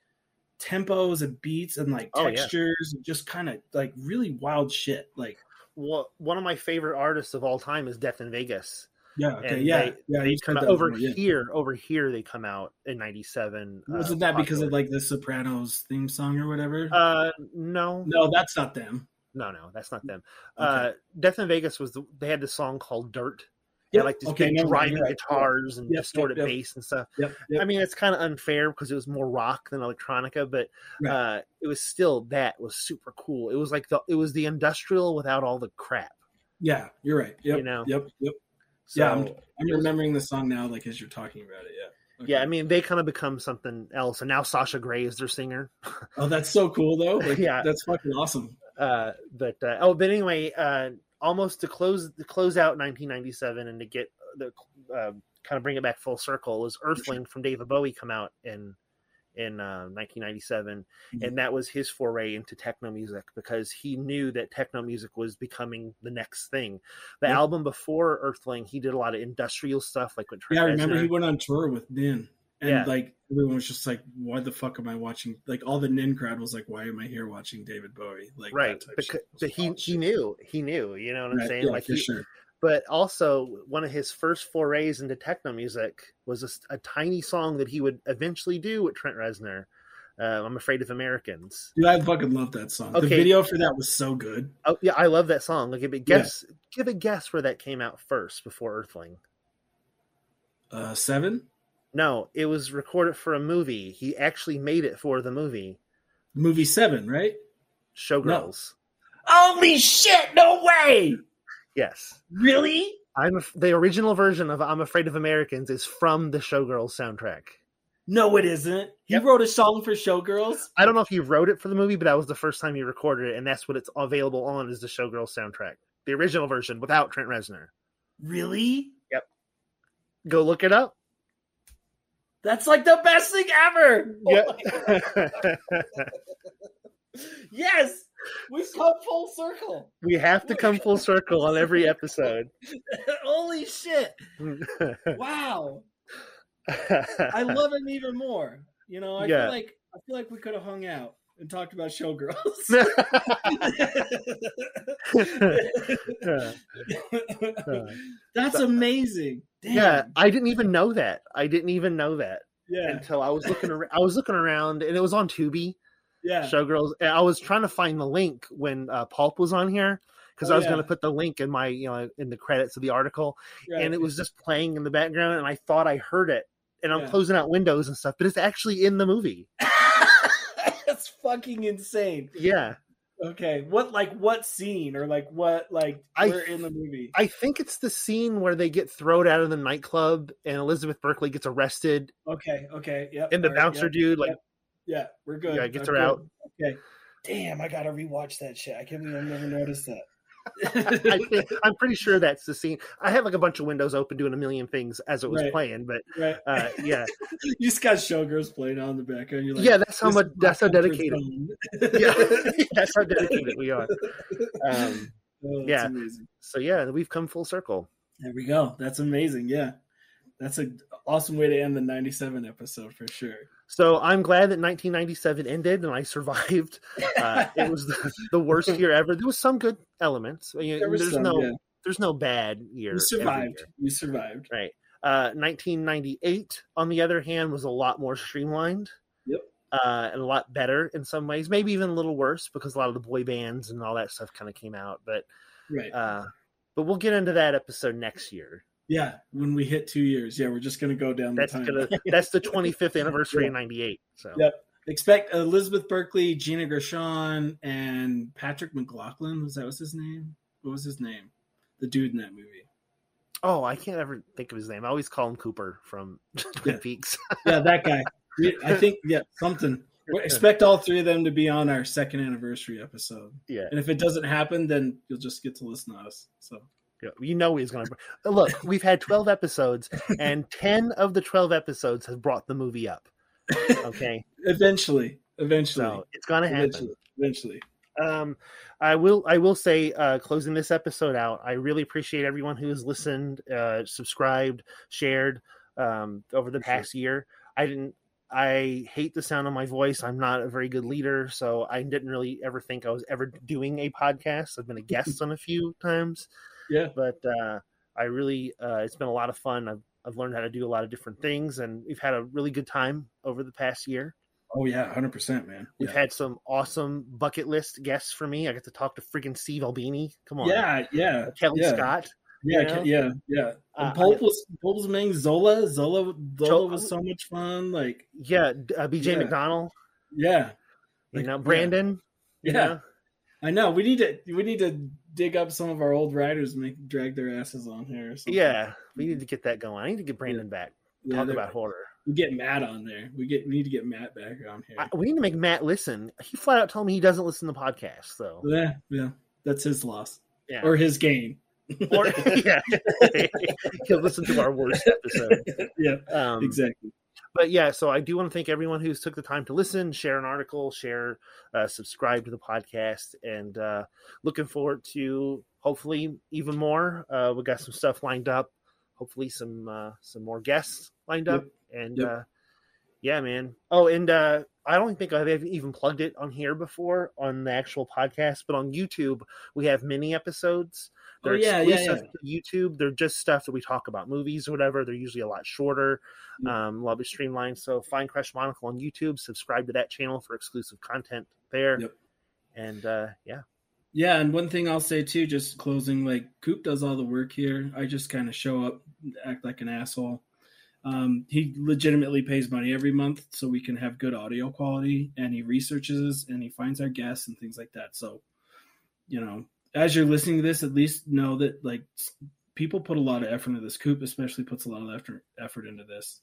B: tempos and beats and like
A: Oh, yeah.
B: textures and just kind of like really wild shit like
A: Well, one of my favorite artists of all time is Death in Vegas.
B: yeah okay
A: And
B: yeah
A: they-
B: yeah
A: They
B: you
A: come
B: said
A: out
B: that
A: over
B: before, yeah.
A: here, over here they come out in uh, ninety seven.
B: Wasn't that because of like the Sopranos theme song or whatever?
A: uh no, no
B: no, that's not them.
A: no that's not them.
B: Okay.
A: Uh Death in Vegas was the, they had this song called Dirt. They
B: Yeah,
A: had like these
B: okay,
A: big
B: never mind,
A: driving
B: you're right.
A: guitars and
B: Yep, yep,
A: distorted
B: yep.
A: bass and stuff.
B: Yep, yep.
A: I mean, it's kind of unfair because it was more rock than electronica, but
B: Right.
A: uh, it was still that was super cool. It was like the it was the industrial without all the crap.
B: yeah, you're right. Yep,
A: You know.
B: yep, yep.
A: So,
B: Yeah,
A: yeah,
B: I'm remembering the song now, like as you're talking about it. Yeah. Okay.
A: I mean, they kind of become something else, and now Sasha Grey is their singer.
B: oh, that's so cool though. Like,
A: Yeah.
B: that's fucking awesome.
A: Uh, but uh, oh, but anyway, uh, almost to close to close out 1997 and to get the uh, kind of bring it back full circle was Earthling from David Bowie come out in in uh, 1997,
B: Mhm.
A: and that was his foray into techno music because he knew that techno music was becoming the next thing. The
B: Yeah.
A: album before Earthling, he did a lot of industrial stuff like with Trent
B: Yeah, I remember
A: Reznor.
B: he went on tour with Nin, and
A: Yeah.
B: like everyone was just like, "Why the fuck am I watching?" Like all the Nin crowd was like, "Why am I here watching David Bowie?" Like
A: right
B: that type
A: because
B: shit.
A: but he
B: Wild
A: he
B: shit.
A: knew he knew you know what I'm
B: Right,
A: saying
B: yeah,
A: like
B: for
A: he,
B: sure.
A: but also one of his first forays into techno music was a s- a, tiny song that he would eventually do with Trent Reznor. Uh, I'm afraid of Americans.
B: Dude, I fucking love that song. The
A: Okay.
B: video for that was so good.
A: Oh yeah, I love that song. Like, give a
B: Yeah.
A: guess, give a guess where that came out first before Earthling.
B: Uh, seven
A: No, it was recorded for a movie. He actually made it for the movie
B: movie seven, right?
A: Showgirls.
B: Holy shit! No way!
A: Yes,
B: Really?
A: I'm af- the original version of "I'm Afraid of Americans" is from the Showgirls soundtrack.
B: No, it isn't. He
A: Yep.
B: wrote a song for Showgirls.
A: I don't know if he wrote it for the movie, but that was the first time he recorded it, and that's what it's available on is the Showgirls soundtrack, the original version without Trent Reznor.
B: Really?
A: Go look it up.
B: That's like the best thing ever.
A: Yeah.
B: Oh my- yes, we've come full circle.
A: we have to come full circle on every episode.
B: Holy shit! Wow, I love him even more. You know, I
A: Yeah.
B: feel like I feel like we could have hung out and talked about Showgirls. That's amazing. Damn.
A: yeah, I didn't even know that. I didn't even know that
B: yeah,
A: until I was looking. Ar- I was looking around, and it was on Tubi.
B: yeah.
A: Showgirls. And I was trying to find the link when uh, Pulp was on here because
B: Oh,
A: I was
B: yeah.
A: going to put the link in my you know in the credits of the article,
B: right.
A: and it was just playing in the background, and I thought I heard it, and I'm
B: Yeah.
A: closing out windows and stuff, but it's actually in the movie.
B: That's fucking insane.
A: Yeah,
B: Okay, what like what scene or like what like
A: I-
B: we're in the movie?
A: I think it's the scene where they get thrown out of the nightclub, and Elizabeth Berkley gets arrested,
B: Okay, okay, yeah.
A: and the bouncer dude like
B: Yeah, we're good.
A: Yeah, gets
B: I'm
A: her out.
B: good. Okay. Damn, I gotta rewatch that shit. I can't believe I never noticed that.
A: I think, I'm pretty sure that's the scene. I had like a bunch of windows open doing a million things as it was
B: Right.
A: playing, but
B: right.
A: uh, yeah,
B: you just got showgirls playing on the background. You're like,
A: yeah, that's how
B: this
A: much.
B: is my
A: That's how
B: comfort
A: dedicated.
B: zone.
A: yeah, that's how dedicated we are. Um,
B: Oh, that's
A: Yeah.
B: amazing.
A: so yeah, we've come full circle.
B: There we go. That's amazing. Yeah. That's an awesome way to end the 97 episode for sure.
A: So I'm glad that 1997 ended and I survived. Uh, it was the, the worst year ever. There was some good elements. You know,
B: There was
A: there's
B: some,
A: no,
B: yeah.
A: there's no bad year.
B: You
A: every
B: survived.
A: year,
B: You survived.
A: right. Uh, 1998, on the other hand, was a lot more streamlined.
B: Yep.
A: Uh, and a lot better in some ways, maybe even a little worse because a lot of the boy bands and all that stuff kind of came out. But
B: Right.
A: uh, but we'll get into that episode next year.
B: yeah. When we hit two years, yeah, we're just gonna go down
A: that's
B: the time.
A: gonna that's the 25th anniversary of 98 so
B: Yeah. Expect Elizabeth Berkley, Gina Gershon, and Patrick McLaughlin. Was that was his name? What was his name? The dude in that movie.
A: oh i can't ever think of his name i always call him cooper from twin
B: Yeah.
A: peaks
B: Yeah, that guy. We- I think yeah, something. We Expect all three of them to be on our second anniversary episode.
A: yeah.
B: And if it doesn't happen, then you'll just get to listen to us. So
A: yeah you know he's gonna look we've had 12 episodes and 10 of the 12 episodes have brought the movie up okay
B: eventually, eventually,
A: so it's gonna happen
B: eventually, eventually.
A: um i will i will say uh closing this episode out i really appreciate everyone who has listened uh subscribed shared um over the
B: For sure.
A: past year i didn't i hate the sound of my voice i'm not a very good leader so i didn't really ever think i was ever doing a podcast i've been a guest on a few times
B: Yeah.
A: but uh i really uh it's been a lot of fun i've I've learned how to do a lot of different things, and we've had a really good time over the past year.
B: Oh yeah, hundred percent, man.
A: We've
B: Yeah.
A: had some awesome bucket list guests for me. I got to talk to freaking Steve Albini. Come on.
B: yeah, yeah,
A: Kelly
B: yeah.
A: Scott.
B: Yeah,
A: you
B: ca-
A: know?
B: yeah, yeah.
A: Uh,
B: And Pulp was Pulp was amazing. Zola, Zola, Zola
A: Zola-
B: was so much fun. Like,
A: Yeah. d- Uh, BJ
B: Yeah.
A: McDonald.
B: yeah,
A: You
B: Like,
A: know,
B: yeah.
A: Brandon. you
B: yeah.
A: know?
B: I know. We need to we need to dig up some of our old riders and make drag their asses on here. Or something.
A: Yeah. We need to get that going. I need to get Brandon back.
B: Yeah,
A: Talk
B: they're-
A: about horror.
B: we get Matt on there. We get we need to get Matt back on here.
A: I, we need to make Matt listen. He flat out told me he doesn't listen to podcasts, though.
B: yeah, yeah. That's his loss
A: Yeah.
B: or his gain.
A: Or- yeah. He'll listen to our worst episode.
B: Yeah,
A: Um,
B: exactly.
A: but yeah, so I do want to thank everyone who's took the time to listen, share an article, share, uh, subscribe to the podcast, and uh, looking forward to hopefully even more. Uh, we got some stuff lined up. Hopefully, some uh, some more guests lined
B: Yep.
A: up, and
B: Yep.
A: uh, yeah, man. Oh, and uh, I don't think I've ev- even plugged it on here before on the actual podcast, but on YouTube we have mini episodes. They're
B: Oh, yeah, yeah,
A: exclusive to YouTube. They're just stuff that we talk about movies or whatever. They're usually a lot shorter
B: Mm.
A: um, love is streamlined. So find Crash Monocle on YouTube, subscribe to that channel for exclusive content there.
B: Yep.
A: And uh, yeah,
B: Yeah, and one thing I'll say too, just closing, like Coop does all the work here. I just kind of show up, act like an asshole. Um, he legitimately pays money every month so we can have good audio quality, and he researches and he finds our guests and things like that. So, you know, as you're listening to this, at least know that like people put a lot of effort into this. Coop especially puts a lot of effort effort into this.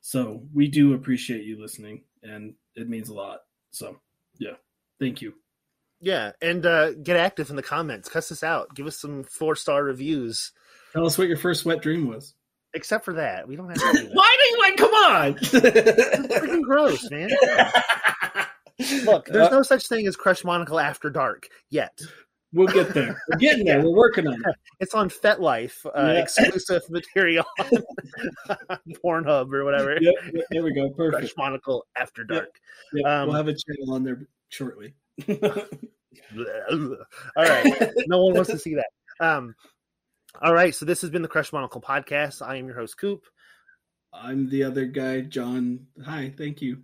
B: So we do appreciate you listening, and it means a lot. So yeah, thank you.
A: Yeah, and uh, get active in the comments. Cuss us out. Give us some four star reviews.
B: Tell us what your first wet dream was.
A: Except for that, we don't have. To do that.
B: Why do you like? Come on.
A: Freaking gross, man. Look, uh,
B: uh,
A: there's no such thing as Crush Monocle after dark yet.
B: We'll get there. We're getting there. We're working on it.
A: It's on FetLife uh,
B: Yeah.
A: exclusive material on Pornhub or whatever.
B: Yep, yep, there we go.
A: Crush
B: Perfect.
A: Monocle after
B: Yeah.
A: dark.
B: Yep,
A: um,
B: we'll have a channel on there shortly.
A: All right. No one wants to see that. Um, all right. So this has been the Crush Monocle podcast. I am your host, Coop.
B: I'm the other guy, John. Hi, thank you.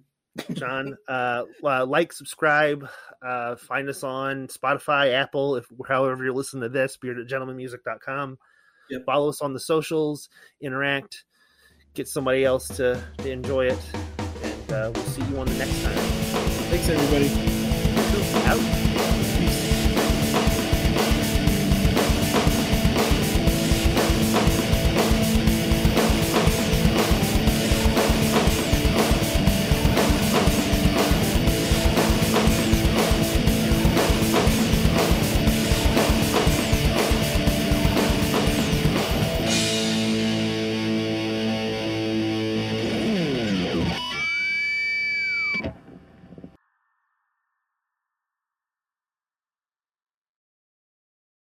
A: John, uh, uh, like, subscribe, uh, find us on Spotify, Apple, if however you're listening to this, beard at gentlemanmusic.com.
B: Yep.
A: Follow us on the socials, interact, get somebody else to, to enjoy it, and uh, we'll see you on the next time.
B: Thanks, everybody.
A: Out.
B: Peace.